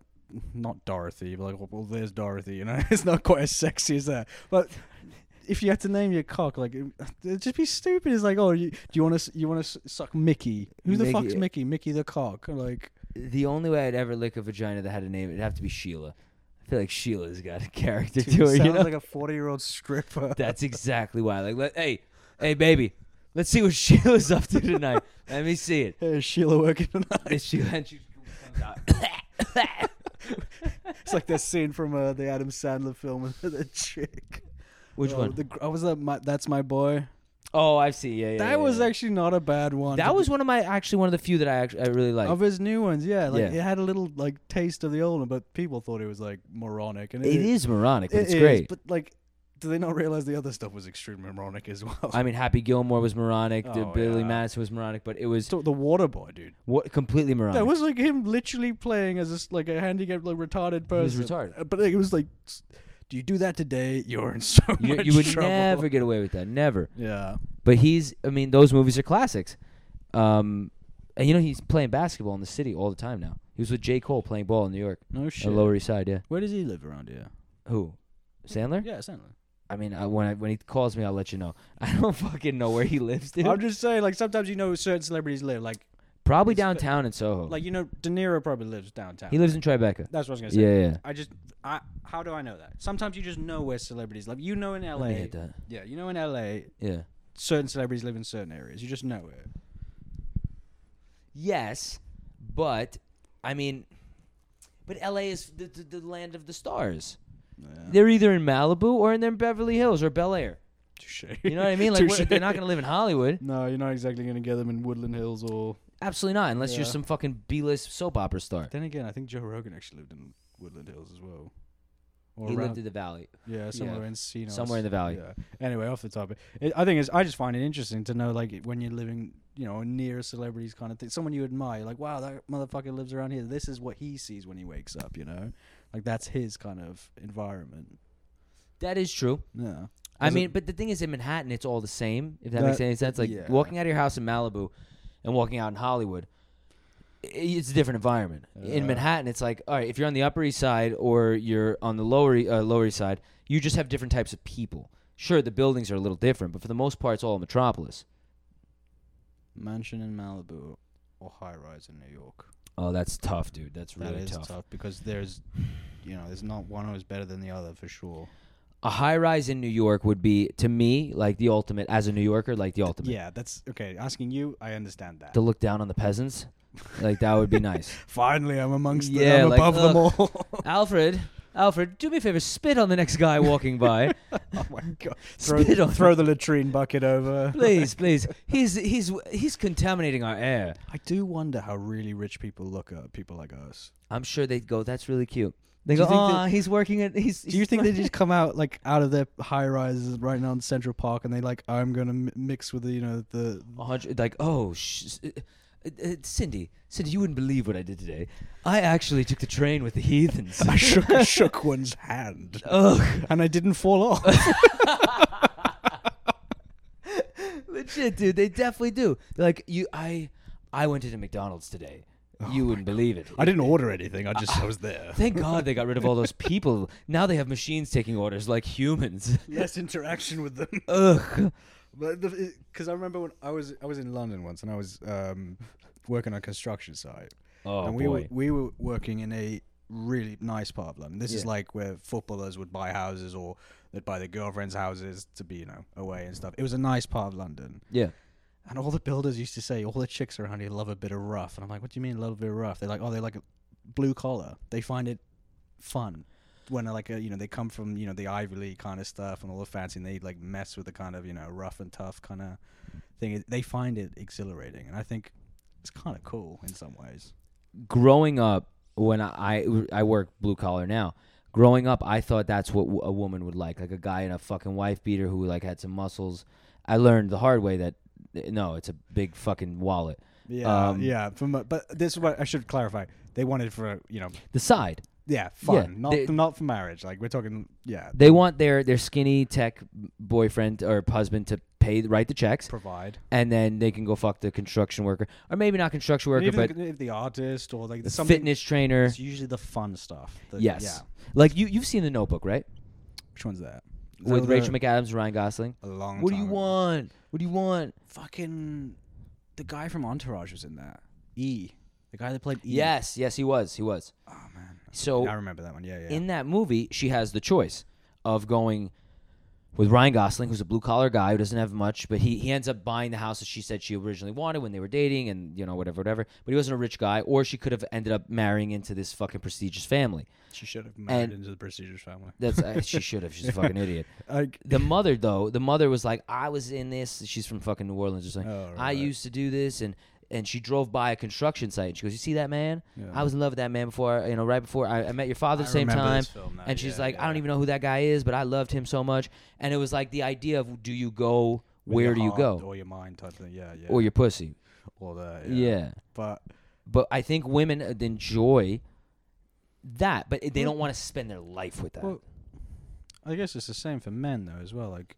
not Dorothy, but like well, well there's Dorothy. You know, it's not quite as sexy as that. But if you had to name your cock, like it, it'd just be stupid. It's like oh you, do you want to you want to suck Mickey? Who the fuck's Mickey. Mickey? Mickey the cock? Like the only way I'd ever lick a vagina that had a name, it'd have to be Sheila. I feel like Sheila's got a character dude, to her. You sounds know? like a forty year old stripper. That's exactly why. Like, let, hey, hey, baby, let's see what Sheila's up to tonight. Let me see it. Hey, Sheila working tonight. It's Sheila, and she comes out. It's like that scene from uh, the Adam Sandler film with the chick. Which Oh, one? The, gr- oh, was that my, that's my boy. Oh, I've seen. Yeah, yeah. that yeah, was yeah. actually not a bad one. that was one of my actually one of the few that I actually I really like. of his new ones. Yeah, like Yeah. it had a little like taste of the old one, but people thought it was like moronic. And it, It is moronic, but it it's is, great. But like, do they not realize the other stuff was extremely moronic as well? I mean, Happy Gilmore was moronic. the Oh, Billy yeah. Madison was moronic, but it was So the water boy, dude. what, completely moronic. That was like him literally playing as this, like a handicapped, like retarded was person. retarded. Uh, But like, it was like, s- do you do that today? You're in so you, much you would trouble. never get away with that, never. Yeah. But he's, I mean, those movies are classics. Um, and you know he's playing basketball in the city all the time now. He was with J Cole playing ball in New York, No the shit. Lower East Side. Yeah, Where does he live around here? who? Sandler? Yeah, Sandler. I mean, I, when I, when he calls me, I'll let you know. I don't fucking know where he lives, dude. I'm just saying, like sometimes you know certain celebrities live, like Probably it's the- downtown in Soho. like you know De Niro probably lives downtown. he lives in Tribeca. That's what I was gonna say. Yeah, yeah. I just, I how do I know that? Sometimes you just know where celebrities live. You know in Let me LA, hit that. yeah, you know in LA, Yeah. certain celebrities live in certain areas. You just know it. Yes, but I mean, but LA is the, the, the land of the stars. They're either in Malibu or in their Beverly Hills or Bel Air. Touche. You know what I mean? Like we're- they're not going to live in Hollywood. No, you're not exactly gonna get them in Woodland Hills or. Absolutely not, unless you're Yeah. some fucking B-list soap opera star. Then again, I think Joe Rogan actually lived in Woodland Hills as well. Or he around- lived in the valley. Yeah, somewhere in Sino. Somewhere in the valley. Yeah. Anyway, off the topic, it, I think it's, I just find it interesting to know like when you're living, you know, near celebrities kind of thing, someone you admire, you're like wow, that motherfucker lives around here. This is what he sees when he wakes up, you know, like that's his kind of environment. That is true. Yeah. I As a- mean, but the thing is, in Manhattan, it's all the same. If that, makes That- any sense, like yeah. walking out of your house in Malibu and walking out in Hollywood. i- It's a different environment. in Uh. Manhattan, it's like all right. If you're on the Upper East Side or you're on the lower E- uh, Lower East Side, you just have different types of people. Sure, the buildings are a little different, but for the most part, it's all a metropolis. Mansion in Malibu or high rise in New York. Oh, that's tough, dude. That's That is really tough. because there's, you know, there's not one who's better than the other for sure. A high rise in New York would be to me like the ultimate as a New Yorker, like the ultimate. Yeah, that's okay. Asking you, I understand that. To look down on the peasants, like that would be nice. Finally, I'm amongst Yeah, them. I'm like, above them all. Alfred, Alfred, do me a favor, spit on the next guy walking by. oh my god! Throw, Spit on throw the latrine bucket over. please, please. He's he's he's contaminating our air. I do wonder how really rich people look at people like us. I'm sure they'd go, that's really cute. They go, Do you think oh, that- he's working at he's Do you think they just come out like out of their high rises right now in Central Park and they like I'm gonna m- mix with the you know Uh, the A hundred, like, oh, sh- uh, uh, Cindy, Cindy, you wouldn't believe what I did today. I actually took the train with the heathens. I shook I shook one's hand Ugh, and I didn't fall off. legit, dude. They definitely do. They're like, you, I, I went into McDonald's today. you wouldn't believe it. I didn't order anything. I just I was there. Thank God they got rid of all those people. Now they have machines taking orders like humans. Less interaction with them. Ugh. But because I remember when I was I was in London once and I was um, working on a construction site. Oh and we were boy. we were working in a really nice part of London. This is Yeah. like where footballers would buy houses or they'd buy their girlfriends' houses to be you know away and stuff. It was a nice part of London. yeah. And all the builders used to say, all the chicks around here love a bit of rough. And I'm like, what do you mean, love a bit of rough? They're like, oh, they like a blue collar. They find it fun when like a, you know they come from you know the Ivy League kind of stuff and all the fancy, and they like mess with the kind of you know rough and tough kind of thing. They find it exhilarating, and I think it's kind of cool in some ways. Growing up, when I I, I work blue collar now. Growing up, I thought that's what w- a woman would like, like a guy in a fucking wife beater who like had some muscles. I learned the hard way that eh, no, it's a big fucking wallet. Yeah, Um, yeah. From a- but this is what I should clarify. They wanted for you know The side yeah fun, not they- not for marriage. Like we're talking yeah they want their their skinny tech boyfriend or husband to pay write the checks, provide. and then they can go fuck the construction worker or maybe not construction worker, Even but the, the artist or like the something fitness trainer. It's usually the fun stuff. The- Yes. Yeah. Like you, you've seen the Notebook, right? Which one's that? Is With that Rachel the- McAdams, and Ryan Gosling. A long. What do you time ago. want? What do you want? Fucking the guy from Entourage was in that. E. The guy that played E. Yes, yes, he was. He was. Oh man. So I remember that one. Yeah, yeah. in that movie, she has the choice of going with Ryan Gosling, who's a blue collar guy who doesn't have much, but he, he ends up buying the house that she said she originally wanted when they were dating and, you know, whatever, whatever. But he wasn't a rich guy, or she could have ended up marrying into this fucking prestigious family. she should have married and- into the prestigious family. That's uh, She should have. She's a fucking idiot. Like. The mother, though, the mother was like, I was in this. She's from fucking New Orleans or something. Oh, I right. used to do this and and she drove by a construction site and she goes, You see that man? I was in love with that man before you know, right before I, I met your father at the I same remember time. this film now, and she's yeah, like, I yeah. don't even know who that guy is, but I loved him so much. And it was like the idea of do you go, with where your do you heart go? Or your mind type thing. Yeah, yeah. Or your pussy. Or the. Yeah. Yeah. But But I think women uh, enjoy that, but they don't want to spend their life with that. Well, I guess it's the same for men though as well. Like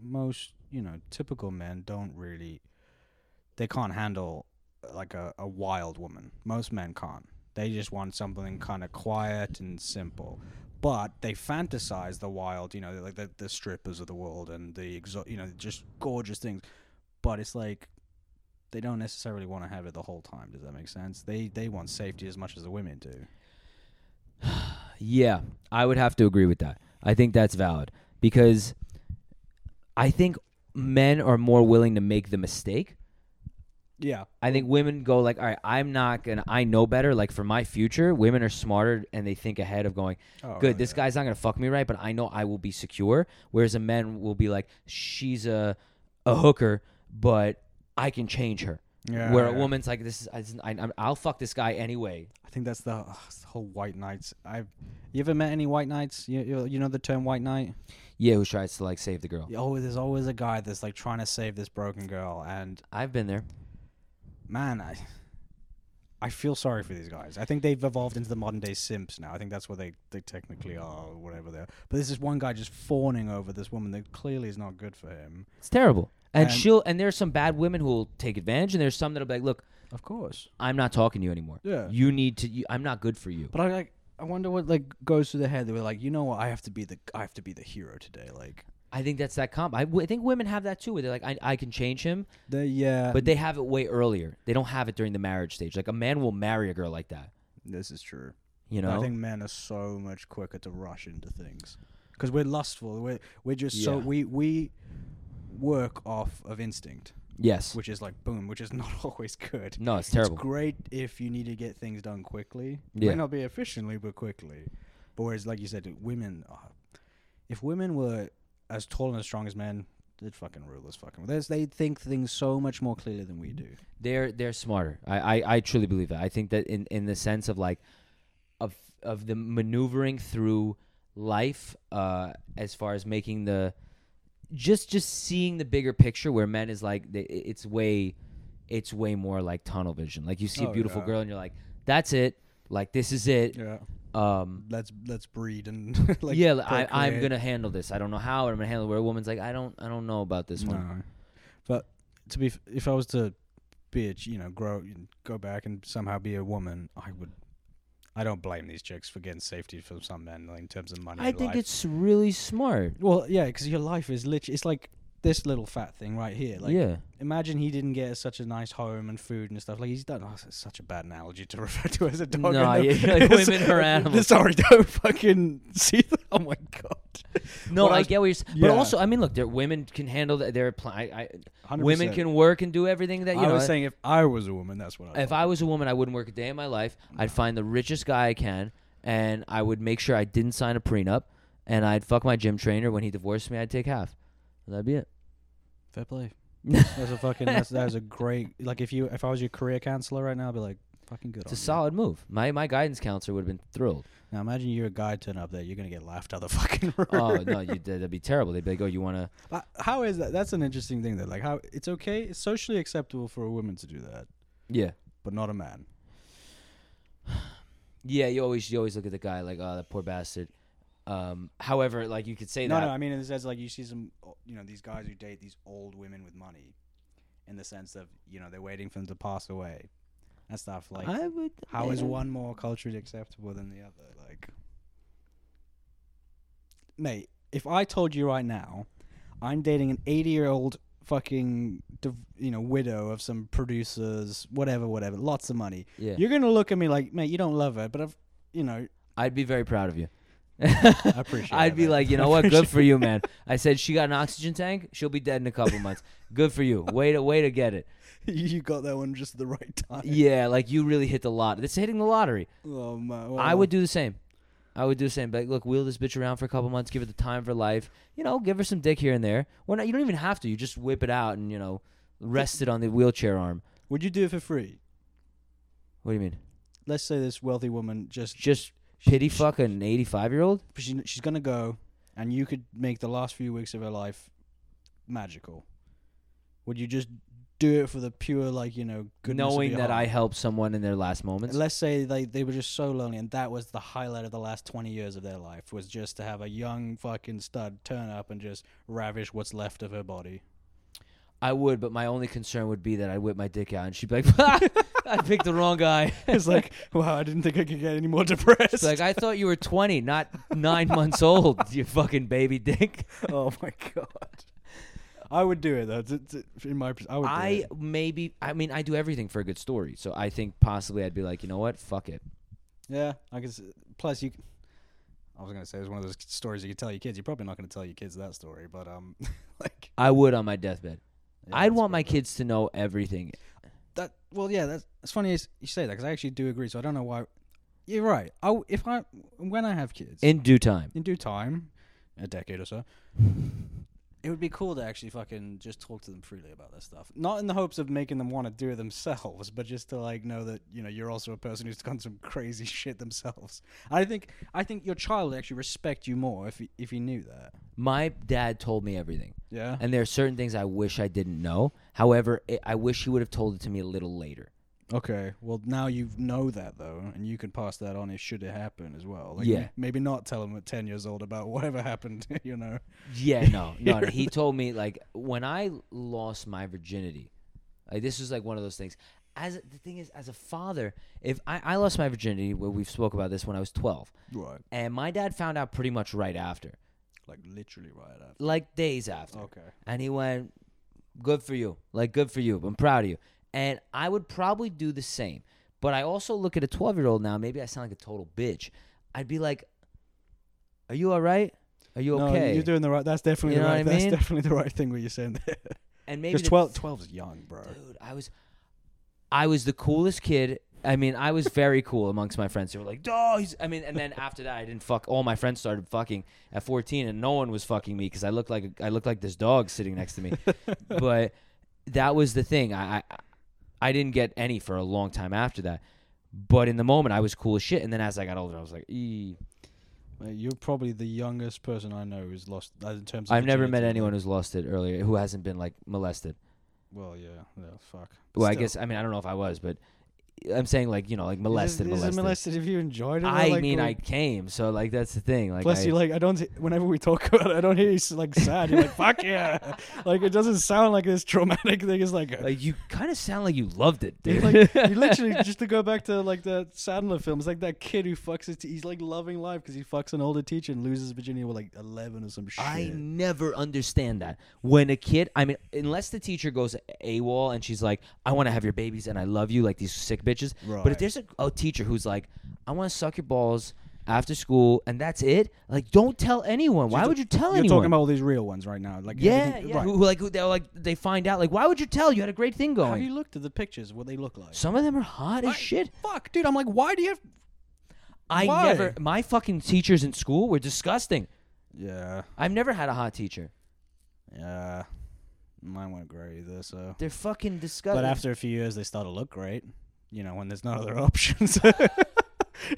most, you know, typical men don't really they can't handle uh, like a, a wild woman. Most men can't. They just want something kind of quiet and simple. But they fantasize the wild, you know, like the, the strippers of the world and the exo- you know, just gorgeous things. But it's like they don't necessarily want to have it the whole time. Does that make sense? They they want safety as much as the women do. Yeah, I would have to agree with that. I think that's valid because I think men are more willing to make the mistake. Yeah. I think women go like, "All right, I'm not going to I know better like for my future." Women are smarter and they think ahead of going, Oh, "Good, right, this yeah. guy's not going to fuck me right, but I know I will be secure." Whereas a man will be like, "She's a a hooker, but I can change her." Yeah, Where a yeah. woman's like, "This is I, I, I'll fuck this guy anyway." I think that's the, ugh, it's the whole white knights. I've you ever met any white knights? You, you, you know the term white knight. Yeah, who tries to like save the girl? Oh, there's always a guy that's like trying to save this broken girl, and I've been there. man, I I feel sorry for these guys. I think they've evolved into the modern day simps now. I think that's what they they technically are, or whatever they are. But there's this one guy just fawning over this woman that clearly is not good for him. It's terrible. And, And- she'll and there's some bad women who will take advantage, and there's some that'll be like, "Look, Of course. I'm not talking to you anymore. Yeah. You need to. You, I'm not good for you." But I like I wonder what like goes through their head. They were like, you know what? I have to be the I have to be the hero today. Like I think that's that comp. I, w- I think women have that too, where they're like, I, I can change him, They, yeah, but they have it way earlier. They don't have it during the marriage stage. Like a man will marry a girl like that, this is true. you But know? I think men are so much quicker to rush into things because we're lustful. We're we're just so Yeah. we we work off of instinct, yes. which is like boom, which is not always good. No, it's terrible. It's great if you need to get things done quickly. Yeah. May not be efficiently, but quickly. But whereas, like you said, women, are, if women were as tall and as strong as men, they'd fucking rule this fucking. There's, they think things so much more clearly than we do. they're they're smarter. I, I, I truly believe that. I think that in, in the sense of like of of the maneuvering through life, uh, as far as making the just just seeing the bigger picture where men is like they, i- it's way it's way more like tunnel vision. Like you see a Oh, beautiful yeah. girl and you're like, that's it. Like this is it. Yeah. Um Let's let's breed and like yeah, like, I, I'm procreate. gonna handle this. I don't know how I'm gonna handle it. Where a woman's like, I don't, I don't know about this one. No. But to be, f- if I was to be, a, ch- you know, grow, go back and somehow be a woman, I would. I don't blame these chicks for getting safety from some men like, in terms of money. I and think life. it's really smart. well, yeah, because your life is literally it's like this little fat thing right here. Like, yeah, imagine he didn't get such a nice home and food and stuff. Like he's done. Oh, it's such a bad analogy to refer to as a dog. No, I know. yeah, like, It's- women are animals. Sorry, don't fucking see that. Oh my god. No, Well, I that's- get what you're saying. But yeah. also, I mean, look, there, women can handle that. They're pl- I, I, 100%. women can work and do everything that you I know. was saying if I was a woman, that's what I. if I was a woman, I wouldn't work a day in my life. I'd find the richest guy I can, and I would make sure I didn't sign a prenup, and I'd fuck my gym trainer. When he divorced me, I'd take half. That'd be it. fair play. That's a fucking. That's, that's a great. Like if you, if I was your career counselor right now, I'd be like, fucking good. It's on a you. solid move. My my guidance counselor would have been thrilled. Now imagine you're a guy turn up there, you're gonna get laughed out of the fucking room. Oh no, you, that'd be terrible. They'd be like, "Oh, you want to?" But how is that? That's an interesting thing though. Like how it's okay, it's socially acceptable for a woman to do that, Yeah, but not a man. yeah. You always you always look at the guy like, "Oh, that poor bastard." Um, however, like you could say No, that. no. I mean, in the sense like you see some, you know, these guys who date these old women with money, in the sense of you know they're waiting for them to pass away, and stuff like. I would. How is yeah. one more culturally acceptable than the other? Like, mate, if I told you right now, I'm dating an 80 year old fucking, div- you know, widow of some producers, whatever, whatever, lots of money. Yeah. You're gonna look at me like, mate, you don't love her, but I've, you know, I'd be very proud of you. I appreciate. I'd that, be mate. like, you I know what? Good appreciate- for you, man. I said she got an oxygen tank. She'll be dead in a couple months. Good for you. Way to way to get it. you got that one just at the right time. Yeah, like you really hit the lot. That's hitting the lottery. Oh my. I would do the same. I would do the same. But look, wheel this bitch around for a couple months. Give her the time of her life. You know, give her some dick here and there. We're not. You don't even have to. You just whip it out and you know, rest it on the wheelchair arm. Would you do it for free? What do you mean? Let's say this wealthy woman just Just pity fuck an eighty-five year old? But she, she's gonna go, and you could make the last few weeks of her life magical. Would you just do it for the pure, like you know, goodness of Knowing your that I heart? helped someone in their last moments. And let's say they they were just so lonely, and that was the highlight of the last twenty years of their life was just to have a young fucking stud turn up and just ravish what's left of her body. I would, but my only concern would be that I'd whip my dick out and she'd be like, "Ah, I picked the wrong guy. It's like, wow, I didn't think I could get any more depressed. It's like, I thought you were 20, not nine months old, you fucking baby dick. oh my god, I would do it though. T- t- in my, pers- I would. Do I it. maybe, I mean, I do everything for a good story. So I think possibly I'd be like, you know what? Fuck it. Yeah, I guess. Plus, you. I was gonna say it's one of those stories you could tell your kids. You're probably not gonna tell your kids that story, but um, like I would on my deathbed. yeah, I'd that's want my probably- kids to know everything. That well, yeah, that's it's funny is you say that because I actually do agree. So I don't know why. You're right. I w- if I when I have kids In due time. in due time, a decade or so, it would be cool to actually fucking just talk to them freely about this stuff. Not in the hopes of making them want to do it themselves, but just to like know that you know you're also a person who's done some crazy shit themselves. I think I think your child would actually respect you more if he, if he knew that. My dad told me everything. Yeah. And there are certain things I wish I didn't know. However, it, I wish he would have told it to me a little later. Okay. Well, now you know that though, and you can pass that on if should it happen as well. Like, Yeah. m- Maybe not tell him at ten years old about whatever happened. You know. Yeah, no, no, no. He told me like when I lost my virginity, like this was like one of those things. As the thing is, as a father, if I, I lost my virginity, well, we've spoke about this when I was twelve, Right. and my dad found out pretty much right after. Like literally right after. like days after. Okay. And he went, Good for you. Like, good for you. I'm proud of you. And I would probably do the same. But I also look at a 12 year old now. Maybe I sound like a total bitch. I'd be like, Are you all right? Are you okay? No, you're doing the right. That's definitely You the know right. what I mean? That's definitely the right thing what you're saying there. and maybe Because the- 12, 12's young, bro. dude, I was, I was the coolest kid. I mean, I was very cool amongst my friends. They were like, "Oh, he's." I mean, and then after that, I didn't fuck. All my friends started fucking at 14, and no one was fucking me because I looked like I looked like this dog sitting next to me. but that was the thing. I, I I didn't get any for a long time after that. But in the moment, I was cool as shit. And then as I got older, I was like, "Ee." E, Mate, You're probably the youngest person I know who's lost uh, in terms. of I've never met virginity. anyone who's lost it earlier who hasn't been like molested. Well, yeah, yeah, fuck. Well, I Still. guess I mean I don't know if I was, but I'm saying like you know like molested, Is it- is it molested. molested if you enjoyed it. or, I like, mean, or- I came, so like that's the thing. Like, Plus, I, you like I don't. Whenever we talk about it, I don't hear you s- like sad. You're like fuck yeah. Like it doesn't sound like this traumatic thing. It's like, like you kind of sound like you loved it, you dude. like you literally just to go back to like the Sandler films, like that kid who fucks it. He's like loving life because he fucks an older teacher and loses Virginia with like eleven or some shit. I never understand that when a kid. I mean, unless the teacher goes AWOL and she's like, "I want to have your babies and I love you," like these sick bitches. But if Right. there's a, a teacher who's like, "I want to suck your balls after school," and that's it, like, don't tell anyone. Why would you tell You're anyone? talking about all these real ones right now, like yeah, everything- yeah. right. Who, who, like who, they're like they find out. Like, why would you tell? You had a great thing Have going. you looked at the pictures? What they look like? Some of them are hot as I- shit. Fuck, dude. I'm like, why do you have? I Why? never. My fucking teachers in school were disgusting. Yeah, I've never had a hot teacher. yeah. Mine weren't great either. So, They're fucking disgusting. but after a few years, they start to look great. You know, when there's no other options,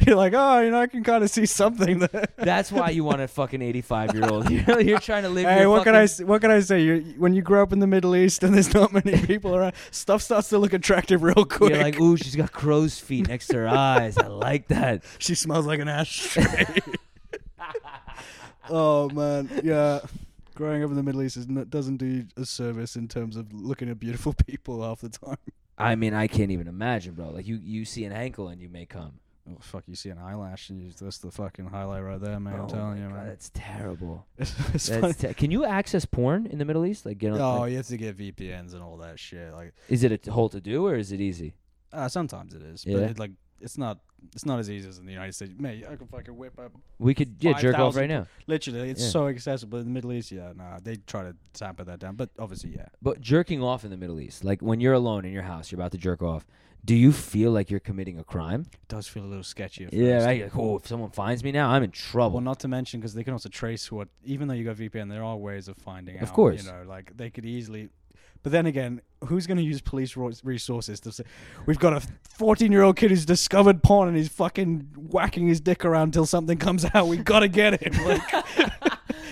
you're like, oh, you know, I can kind of see something there. that's why you want a fucking eighty-five year old. You know, You're trying to live. Hey, your what fucking, can I s- what can I say? you when you grow up in the Middle East and there's not many people around, stuff starts to look attractive real quick. You're like, ooh, she's got crow's feet next to her eyes. I like that. she smells like an ashtray. oh man, yeah. Growing up in the Middle East is n- doesn't do you a service in terms of looking at beautiful people half the time. I mean, I can't even imagine, bro. Like you, you see an ankle and you may come. Oh fuck! You see an eyelash, and you, that's the fucking highlight right there, man. I'm Oh telling my you, God, man. that's terrible. It's, it's funny. That's te- can you access porn in the Middle East? Like, get on. oh, like, you have to get VPNs and all that shit. Like, is it a whole to do or is it easy? uh, sometimes it is, Yeah. but it, like, it's not. It's not as easy as in the United States. Mate, I can fucking whip up. We could yeah jerk off 5,000 right now. Literally, it's Yeah. so accessible in the Middle East. Yeah, nah, they try to tamper that down, but obviously, yeah. But jerking off in the Middle East, like when you're alone in your house, you're about to jerk off. Do you feel like you're committing a crime? does feel a little sketchy. At Yeah, first. right. Like, oh, if someone finds me now, I'm in Well, trouble. not to mention because they can also trace what. Even though you got VPN, there are ways of finding out. Of course. you know, like they could easily. But then again, who's going to use police ro- resources to say we've got a 14-year-old kid who's discovered porn and he's fucking whacking his dick around till something comes out? We gotta get him. Like,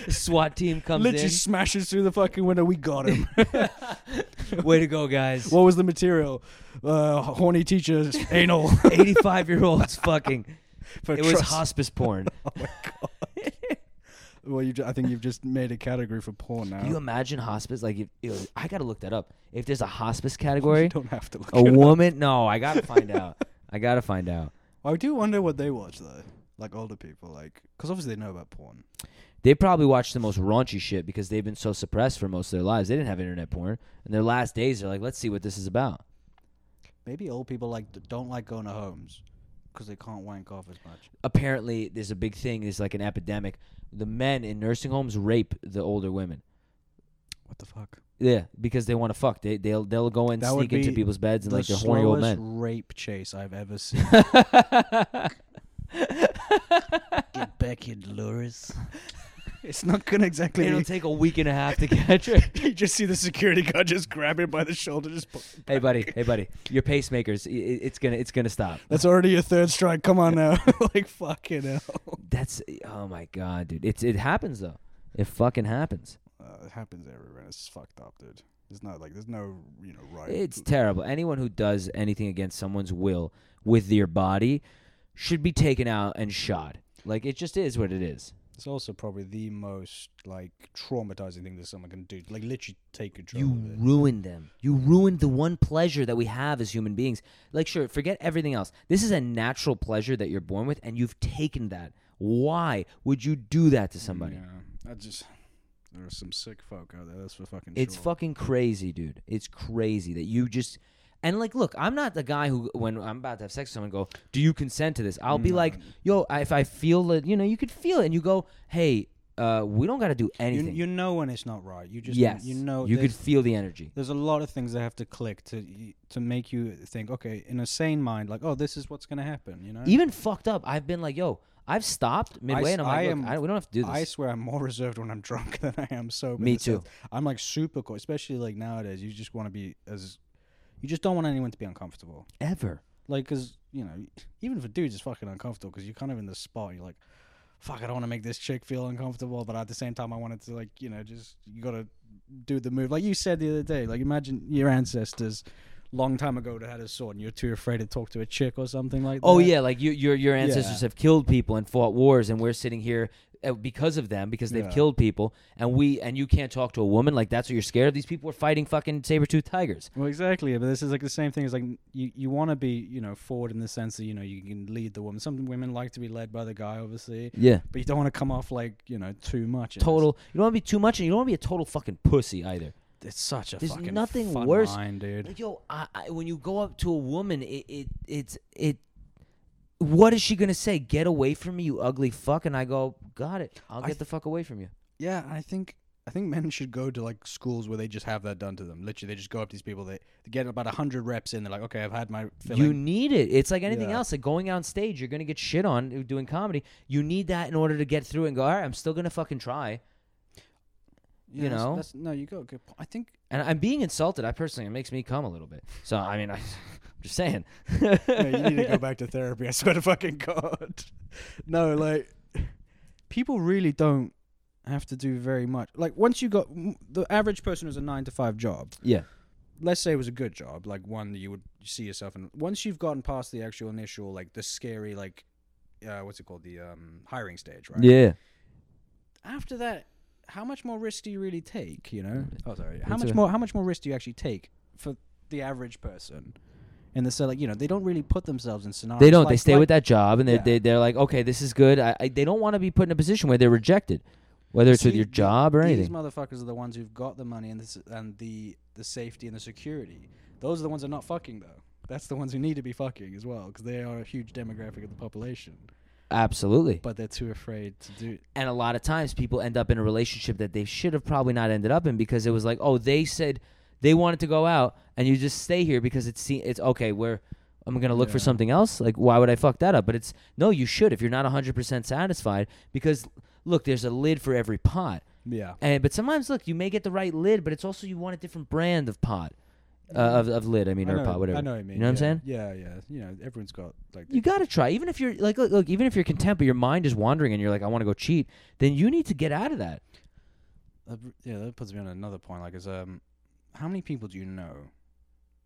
SWAT team comes literally smashes through the fucking window. We got him. in. Way to go, guys. what was the material? Uh, horny teachers, anal. 85 year olds fucking. For It was trust- Oh hospice porn. Well, you. ju- I think you've just made a category for porn now. Can you imagine hospice? Like, if, ew, I gotta look that up. If there's a hospice You category, don't have to look. a it up. woman. No, I gotta find out. I gotta find out. I do wonder what they watch though, like older people, like because obviously they know about porn. They probably watch the most raunchy shit because they've been so suppressed for most of their lives. They didn't have internet porn, and their last days are like, let's see what this is about. Maybe old people like d- don't like going to homes because they can't wank off as much. apparently there's a big thing there's like an epidemic the men in nursing homes rape the older women What the fuck? yeah because they want to fuck they, they'll they'll go and That would sneak into be people's beds and the like they're horny old slowest men rape chase I've ever seen. Get back here, Dolores. it's not gonna exactly. it'll Be, take a week and a half to catch her you just see the security guard just grab him by the shoulder. Just pull. hey buddy hey buddy your pacemakers i- i- it's gonna it's gonna stop that's already your third strike. Come on now, like fucking hell. that's oh my god dude it's it happens though it fucking happens Uh, it happens everywhere. and It's fucked up, dude. It's not like there's no you know right. It's terrible. Anyone who does anything against someone's will with their body should be taken out and shot. Like it just is what it is. It's also probably the most like traumatizing thing that someone can do. Like literally take control You of it. ruined them. You ruined the one pleasure that we have as human beings. Like sure, forget everything else. This is a natural pleasure that you're born with and you've taken that. Why would you do that to somebody? Yeah. I just there are some sick folk out there. That's for fucking. It's sure. fucking crazy, dude. It's crazy that you just and like look, I'm not the guy who when I'm about to have sex with someone go, "Do you consent to this?" I'll be No, like, "Yo, I- if I feel that, you know, you could feel it." And you go, "Hey, uh, we don't got to do You, anything." you know when it's not right. You just yes. you know you there's, could feel the energy. there's a lot of things that have to click to y- to make you think. Okay, in a sane mind, like oh, this is what's gonna happen. You know. Even fucked up, I've been like, "Yo, I've stopped midway s- and I'm like, I Look, am- I- we don't have to do this." I swear I'm more reserved when I'm drunk than I am sober. in Me the sense- too. I'm like super cool, especially like nowadays. You just want to be as, you just don't want anyone to be uncomfortable. Ever. Like, cause you know, even for dudes, it's fucking uncomfortable because you're kind of in this spot. You're like, fuck, I don't want to make this chick feel uncomfortable, but at the same time, I wanted to like, you know, just you gotta do the move. Like you said the other day, like imagine your ancestors. Long time ago, they had a sword, and you're too afraid to talk to a chick or something like that. Oh yeah, like you, your your ancestors Yeah. have killed people and fought wars, and we're sitting here uh, because of them because they've Yeah. killed people, and we and you can't talk to a woman like that's what you're scared of. These people were fighting fucking saber tooth tigers. Well, exactly. But this is like the same thing as like n- you, you want to be you know forward in the sense that you know you can lead the woman. Some women like to be led by the guy, obviously, Yeah, but you don't want to come off like you know too much. in this. total. You don't want to be too much, and you don't want to be a total fucking pussy either. It's such a There's fucking nothing fun worse- line, dude. Like, yo, I, I, when you go up to a woman, it, it it's it. What is she gonna say? Get away from me, you ugly fuck! And I go, got it. I'll I get the fuck away from you. Yeah, I think I think men should go to like schools where they just have that done to them. Literally, they just go up to these people. They, they get about hundred reps in. They're like, okay, I've had my filling. You need it. It's like anything Yeah. else. Like going out on stage, you're gonna get shit on uh, doing comedy. You need that in order to get through and go. All right, I'm still gonna fucking try. Yeah, you that's- know? that's- no, you got a good. po- I think And I'm being insulted. I personally, it makes me cum a little bit. So I mean, I, am just saying. no, you need to go back to therapy. I swear to fucking God. No, like people really don't have to do very much. Like once you got m- the average person has a nine to five job. Yeah. Let's say it was a good job, like one that you would see yourself in. Once you've gotten past the actual initial, like the scary, like uh, what's it called, the um, hiring stage, right? Yeah. After that, how much more risk do you really take? You know? Oh, sorry. How It's much a- more? How much more risk do you actually take for the average person? And so, like, you know, they don't really put themselves in scenarios. They don't. They like- stay like- with that job, and they Yeah. they they're like, okay, this is good. I, I they don't want to be put in a position where they're rejected, whether it's with See, your the- job or These anything. motherfuckers are the ones who've got the money and this and the the safety and the security. Those are the ones that are not fucking though. That's the ones who need to be fucking as well because they are a huge demographic of the population. Absolutely. But they're too afraid to do. And a lot of times people end up in a relationship that they should have probably not ended up in because it was like, oh, they said they wanted to go out and you just stay here because it's se- it's okay, we're I'm going to look for Yeah. something else. Like why would I fuck that up? But it's no, you should if you're not 100% satisfied because look, there's a lid for every pot. Yeah. And but sometimes look, you may get the right lid, but it's also you want a different brand of pot. Uh, of of lid, I mean, or know, pot, whatever. I know what you mean. You know what I'm yeah. saying? Yeah, yeah. You know, everyone's got like. You gotta try, even if you're like, look, look, even if you're content, but your mind is wandering, and you're like, I want to go cheat. Then you need to get out of that. That, br- yeah, that puts me on another point. Like, is um, how many people do you know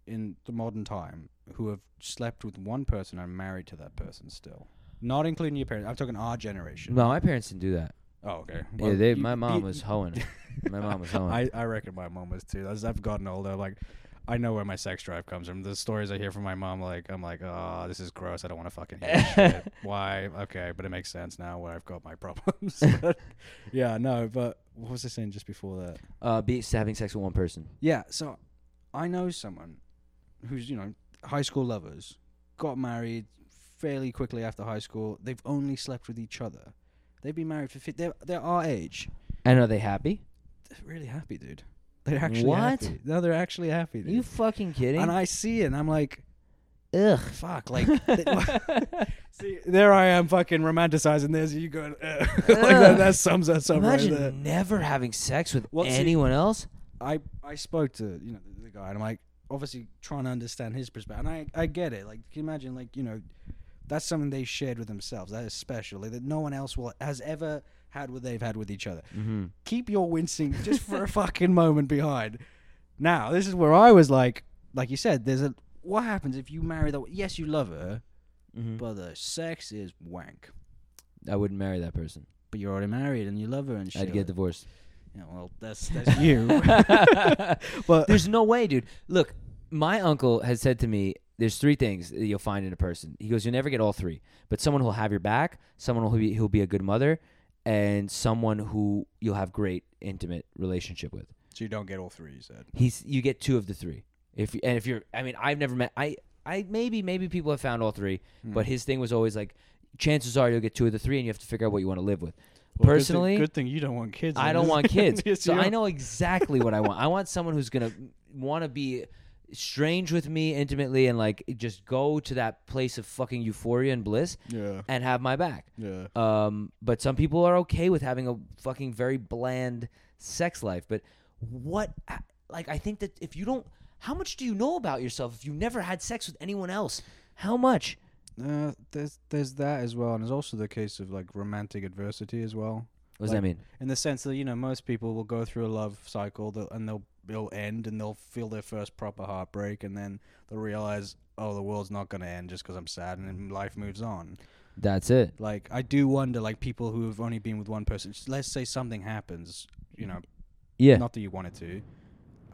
in the modern time who have slept with one person and married to that person still? Not including your parents. I'm talking our generation. No, my parents didn't do that. Oh, okay. yeah, Well, they, you- my mom you- was hoeing. my mom was hoeing. I, I reckon my mom was too. As I've gotten older, like I know where my sex drive comes from. The stories I hear from my mom, like I'm like, oh, this is gross. I don't want to fucking hear this shit. Why? Okay, but it makes sense now where I've got my problems. But, yeah, no. But what was I saying just before that? uh, be having sex with one person. Yeah, so I know someone who's, you know, high school lovers, got married fairly quickly after high school. They've only slept with each other. They've been married for 50, they're, they're our age. And are they happy? They're really happy, dude. They're actually What? happy. No, they're actually happy, Are dude. you fucking kidding? and I see it and I'm like, Ugh. fuck, like see, there I am fucking romanticizing this. You go uh, like that, that sums us up Imagine right there. never having sex with Well, see- anyone else. I I spoke to you know the guy and I'm like obviously trying to understand his perspective and I I get it like can you imagine like you know that's something they shared with themselves that is special like, that no one else will has ever had what they've had with each other Mm-hmm. keep your wincing just for a fucking moment behind now this is where I was like like you said there's a what happens if you marry the yes you love her but the sex is wank I wouldn't marry that person. but you're already married and you love her and shit I'd get divorced. yeah, well that's that's you but There's no way, dude. Look, my uncle has said to me, there's three things that you'll find in a person. He goes, you'll never get all three, but someone who'll have your back, someone who'll be, who'll be a good mother, and someone who you'll have great intimate relationship with. So you don't get all three, you said. He's you get two of the three. If and if you're, I mean, I've never met. I I maybe maybe people have found all three, but his thing was always like, chances are you'll get two of the three, and you have to figure out what you want to live with. Personally, good thing, you don't want kids. I don't want kids. so I know. know exactly what I want. I want someone who's gonna want to be strange with me intimately and like just go to that place of fucking euphoria and bliss Yeah. and have my back. Yeah. Um, but some people are okay with having a fucking very bland sex life. But what, like, I think that if you don't, how much do you know about yourself if you never had sex with anyone else? How much? Uh, there's there's that as well, and there's also the case of like romantic adversity as well. What does that mean? in the sense that you know most people will go through a love cycle that, and they'll it'll end and they'll feel their first proper heartbreak and then they'll realize oh the world's not going to end just because i'm sad and then life moves on That's it. like i do wonder like people who have only been with one person s- let's say something happens you know Yeah. not that you wanted to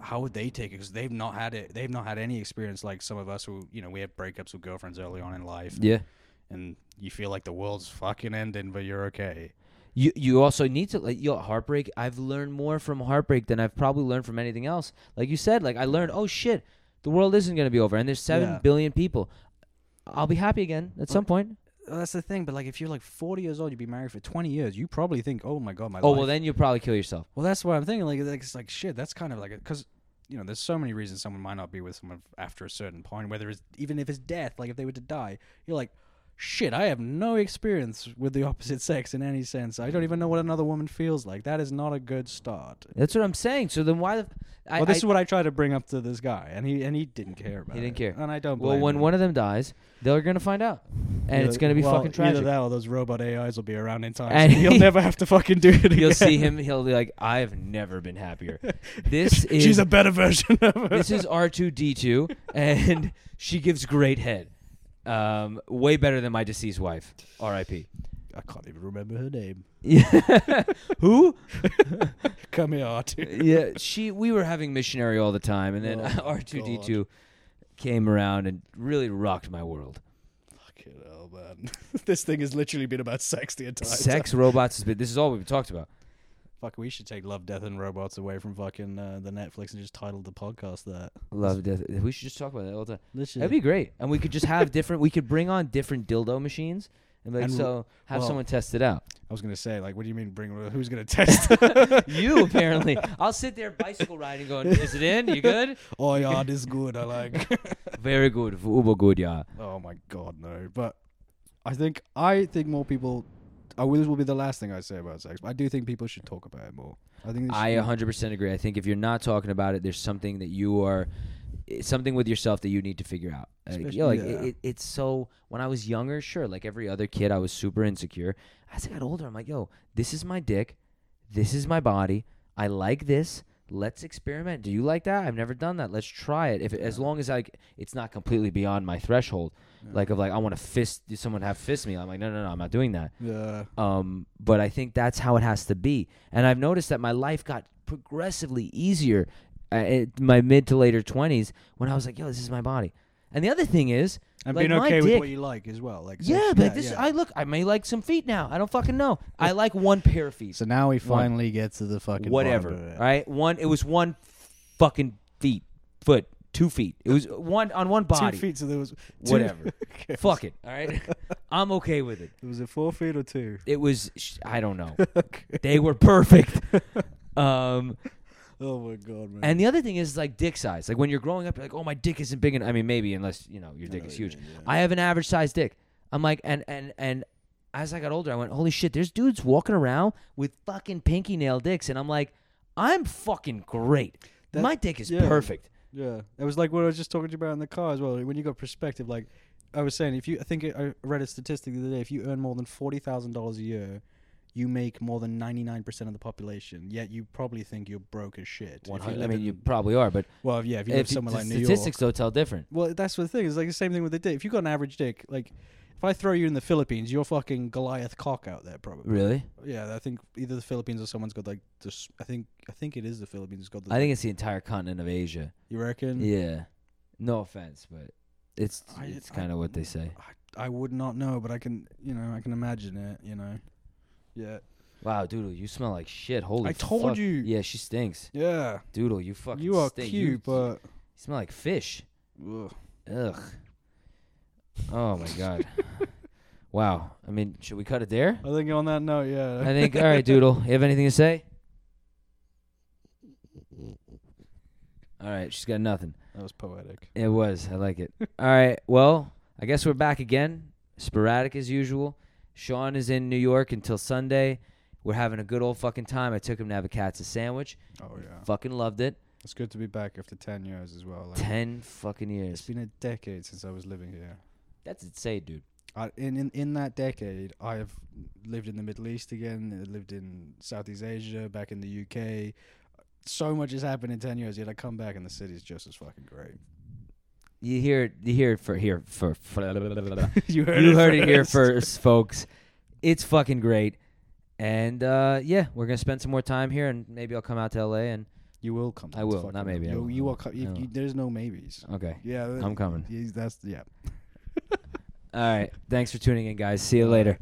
how would they take it because they've not had it they've not had any experience like some of us who you know we have breakups with girlfriends early on in life Yeah. and you feel like the world's fucking ending but you're okay You you also need to like yo heartbreak. I've learned more from heartbreak than I've probably learned from anything else. Like you said, like I learned. Oh shit, the world isn't gonna be over, and there's seven billion Yeah. people. I'll be happy again at some point. Well, that's the thing. But like, if you're like 40 years old, you've been married for 20 years, you probably think, "Oh my god, my Oh life." well, then you'll probably kill yourself. well, that's what I'm thinking. Like, like, it's like shit. That's kind of like because you know, there's so many reasons someone might not be with someone after a certain point. Whether it's even if it's death, like if they were to die, you're like, shit. I have no experience with the opposite sex in any sense. I don't even know what another woman feels like. That is not a good start. That's what I'm saying. So then why the? I, well, this I- is what I try to bring up to this guy, and he and he didn't care about. He didn't it. care. and I don't. Well, blame when him. one of them dies, they're gonna find out, and Either- it's gonna be well, fucking tragic. Either that or those robot AIs will be around in time. And so you'll never have to fucking do it again. You'll see him. He'll be like, "I've never been happier." This is She's a better version of her. this is R two D two, and she gives great head, um, way better than my deceased wife. R.I.P. I can't even remember her name. Yeah. Who? Come here, Artie. Yeah, she. We were having missionary all the time, and then Oh, R two D two came around and really rocked my world. Fucking hell, man. this thing has literally been about sex the entire time. Sex, robots, has been. This is all we've talked about. Fuck, we should take Love, Death, and Robots away from fucking uh, the Netflix and just title the podcast that. Love, death. We should just talk about that all the time. Literally. That'd be great. And we could just have different. We could bring on different dildo machines and like And w- so have well- someone test it out. I was gonna say, like, what do you mean bring? Who's gonna test? You apparently. I'll sit there bicycle riding, going, "Is it in? You good? oh yeah, this is good. I like. Very good, uber good, yeah." Oh my god, no! But I think I think more people. I will, this will be the last thing I say about sex. But I do think people should talk about it more. I think they I should- 100% agree. I think if you're not talking about it, there's something that you are, it's something with yourself that you need to figure out. Like, yo, Especially- like, it, yeah. it, it's so. When I was younger, sure, like every other kid, I was super insecure. As I got older, I'm like, yo, this is my dick, this is my body. I like this. Let's experiment. Do you like that? I've never done that. Let's try it. If it- as long as like it's not completely beyond my threshold, like of like I want to fist someone have fist me. I'm like, no, no, no, I'm not doing that. yeah. Um, but I think that's how it has to be. And I've noticed that my life got progressively easier uh, in my mid to later 20s when I was like, yo, this is my body. And the other thing is, And like being my okay with dick- what you like as well. Like yeah, sex- but this yeah. I look, I may like some feet now. I don't fucking know. I like one pair of feet. So now we One. finally get to the fucking Whatever, bottom of it. right? One, it was one fucking feet, foot, two feet. It was one on one body. Two feet. So there was two- Whatever. okay, Fuck it. All right, I'm okay with it. Was it four feet or two? It was, sh- I don't know. Okay. They were perfect. Um, Oh my god, man. And the other thing is like dick size. Like when you're growing up, you're like, oh, my dick isn't big enough. I mean, maybe unless you know your dick know is what you huge. mean, yeah. I have an average sized dick. I'm like, and and and as I got older, I went, holy shit, there's dudes walking around with fucking pinky nail dicks, and I'm like, I'm fucking great. That- my dick is yeah. perfect. Yeah, it was like what I was just talking to you about in the car as well. When you got perspective, like I was saying, if you, I think I I read a statistic the other day. If you earn more than forty thousand dollars a year, you make more than ninety nine percent of the population. Yet you probably think you're broke as shit. If you 100 I live mean, in- you probably are, but well, yeah, if you live if you- somewhere the like New York, statistics though tell different. Well, that's the thing. It's like the same thing with the dick. If you got an average dick, like if I throw you in the Philippines, you're fucking Goliath cock out there probably. Really, Yeah, I think either the Philippines or someone's got like this. I think I think it is the Philippines. has Got the. I think it's the entire continent of Asia. you reckon? Yeah, no offense, but it's I- it's I- kind of what they say. I would not know, but I can, you know, I can imagine it. You know, yeah. Wow, Doodle, you smell like shit. Holy I told fuck. you. Yeah, she stinks. Yeah, Doodle, you fucking you are stink. cute, You- but you smell like fish. ugh. Ugh. Oh my god. wow. I mean, should we cut it there? I think on that note, yeah. I think all right, Doodle. You have anything to say? All right, she's got nothing. that was poetic. It was. I like it. All right. Well, I guess we're back again, sporadic as usual. Sean is in New York until Sunday. We're having a good old fucking time. I took him to have a cat's sandwich. Oh yeah, Fucking loved it. it's good to be back after ten years as well. Like, Ten fucking years. It's been a decade since I was living here. That's insane, dude. I, in, in in that decade, I have lived in the Middle East again. I lived in Southeast Asia, back in the UK. So much has happened in ten years. Yet I come back, and the city's just as fucking great. You hear it. You hear it for here for. for you heard, you heard it here first. first, folks. It's fucking great. And uh, yeah, we're gonna spend some more time here, and maybe I'll come out to LA. And You will come. I That's will, not fucking- maybe, I You, will, I you will will, come. I will. You, there's no maybes. okay, Yeah, that- I'm coming. yeah, that's yeah. All right. Thanks for tuning in, guys. See you later.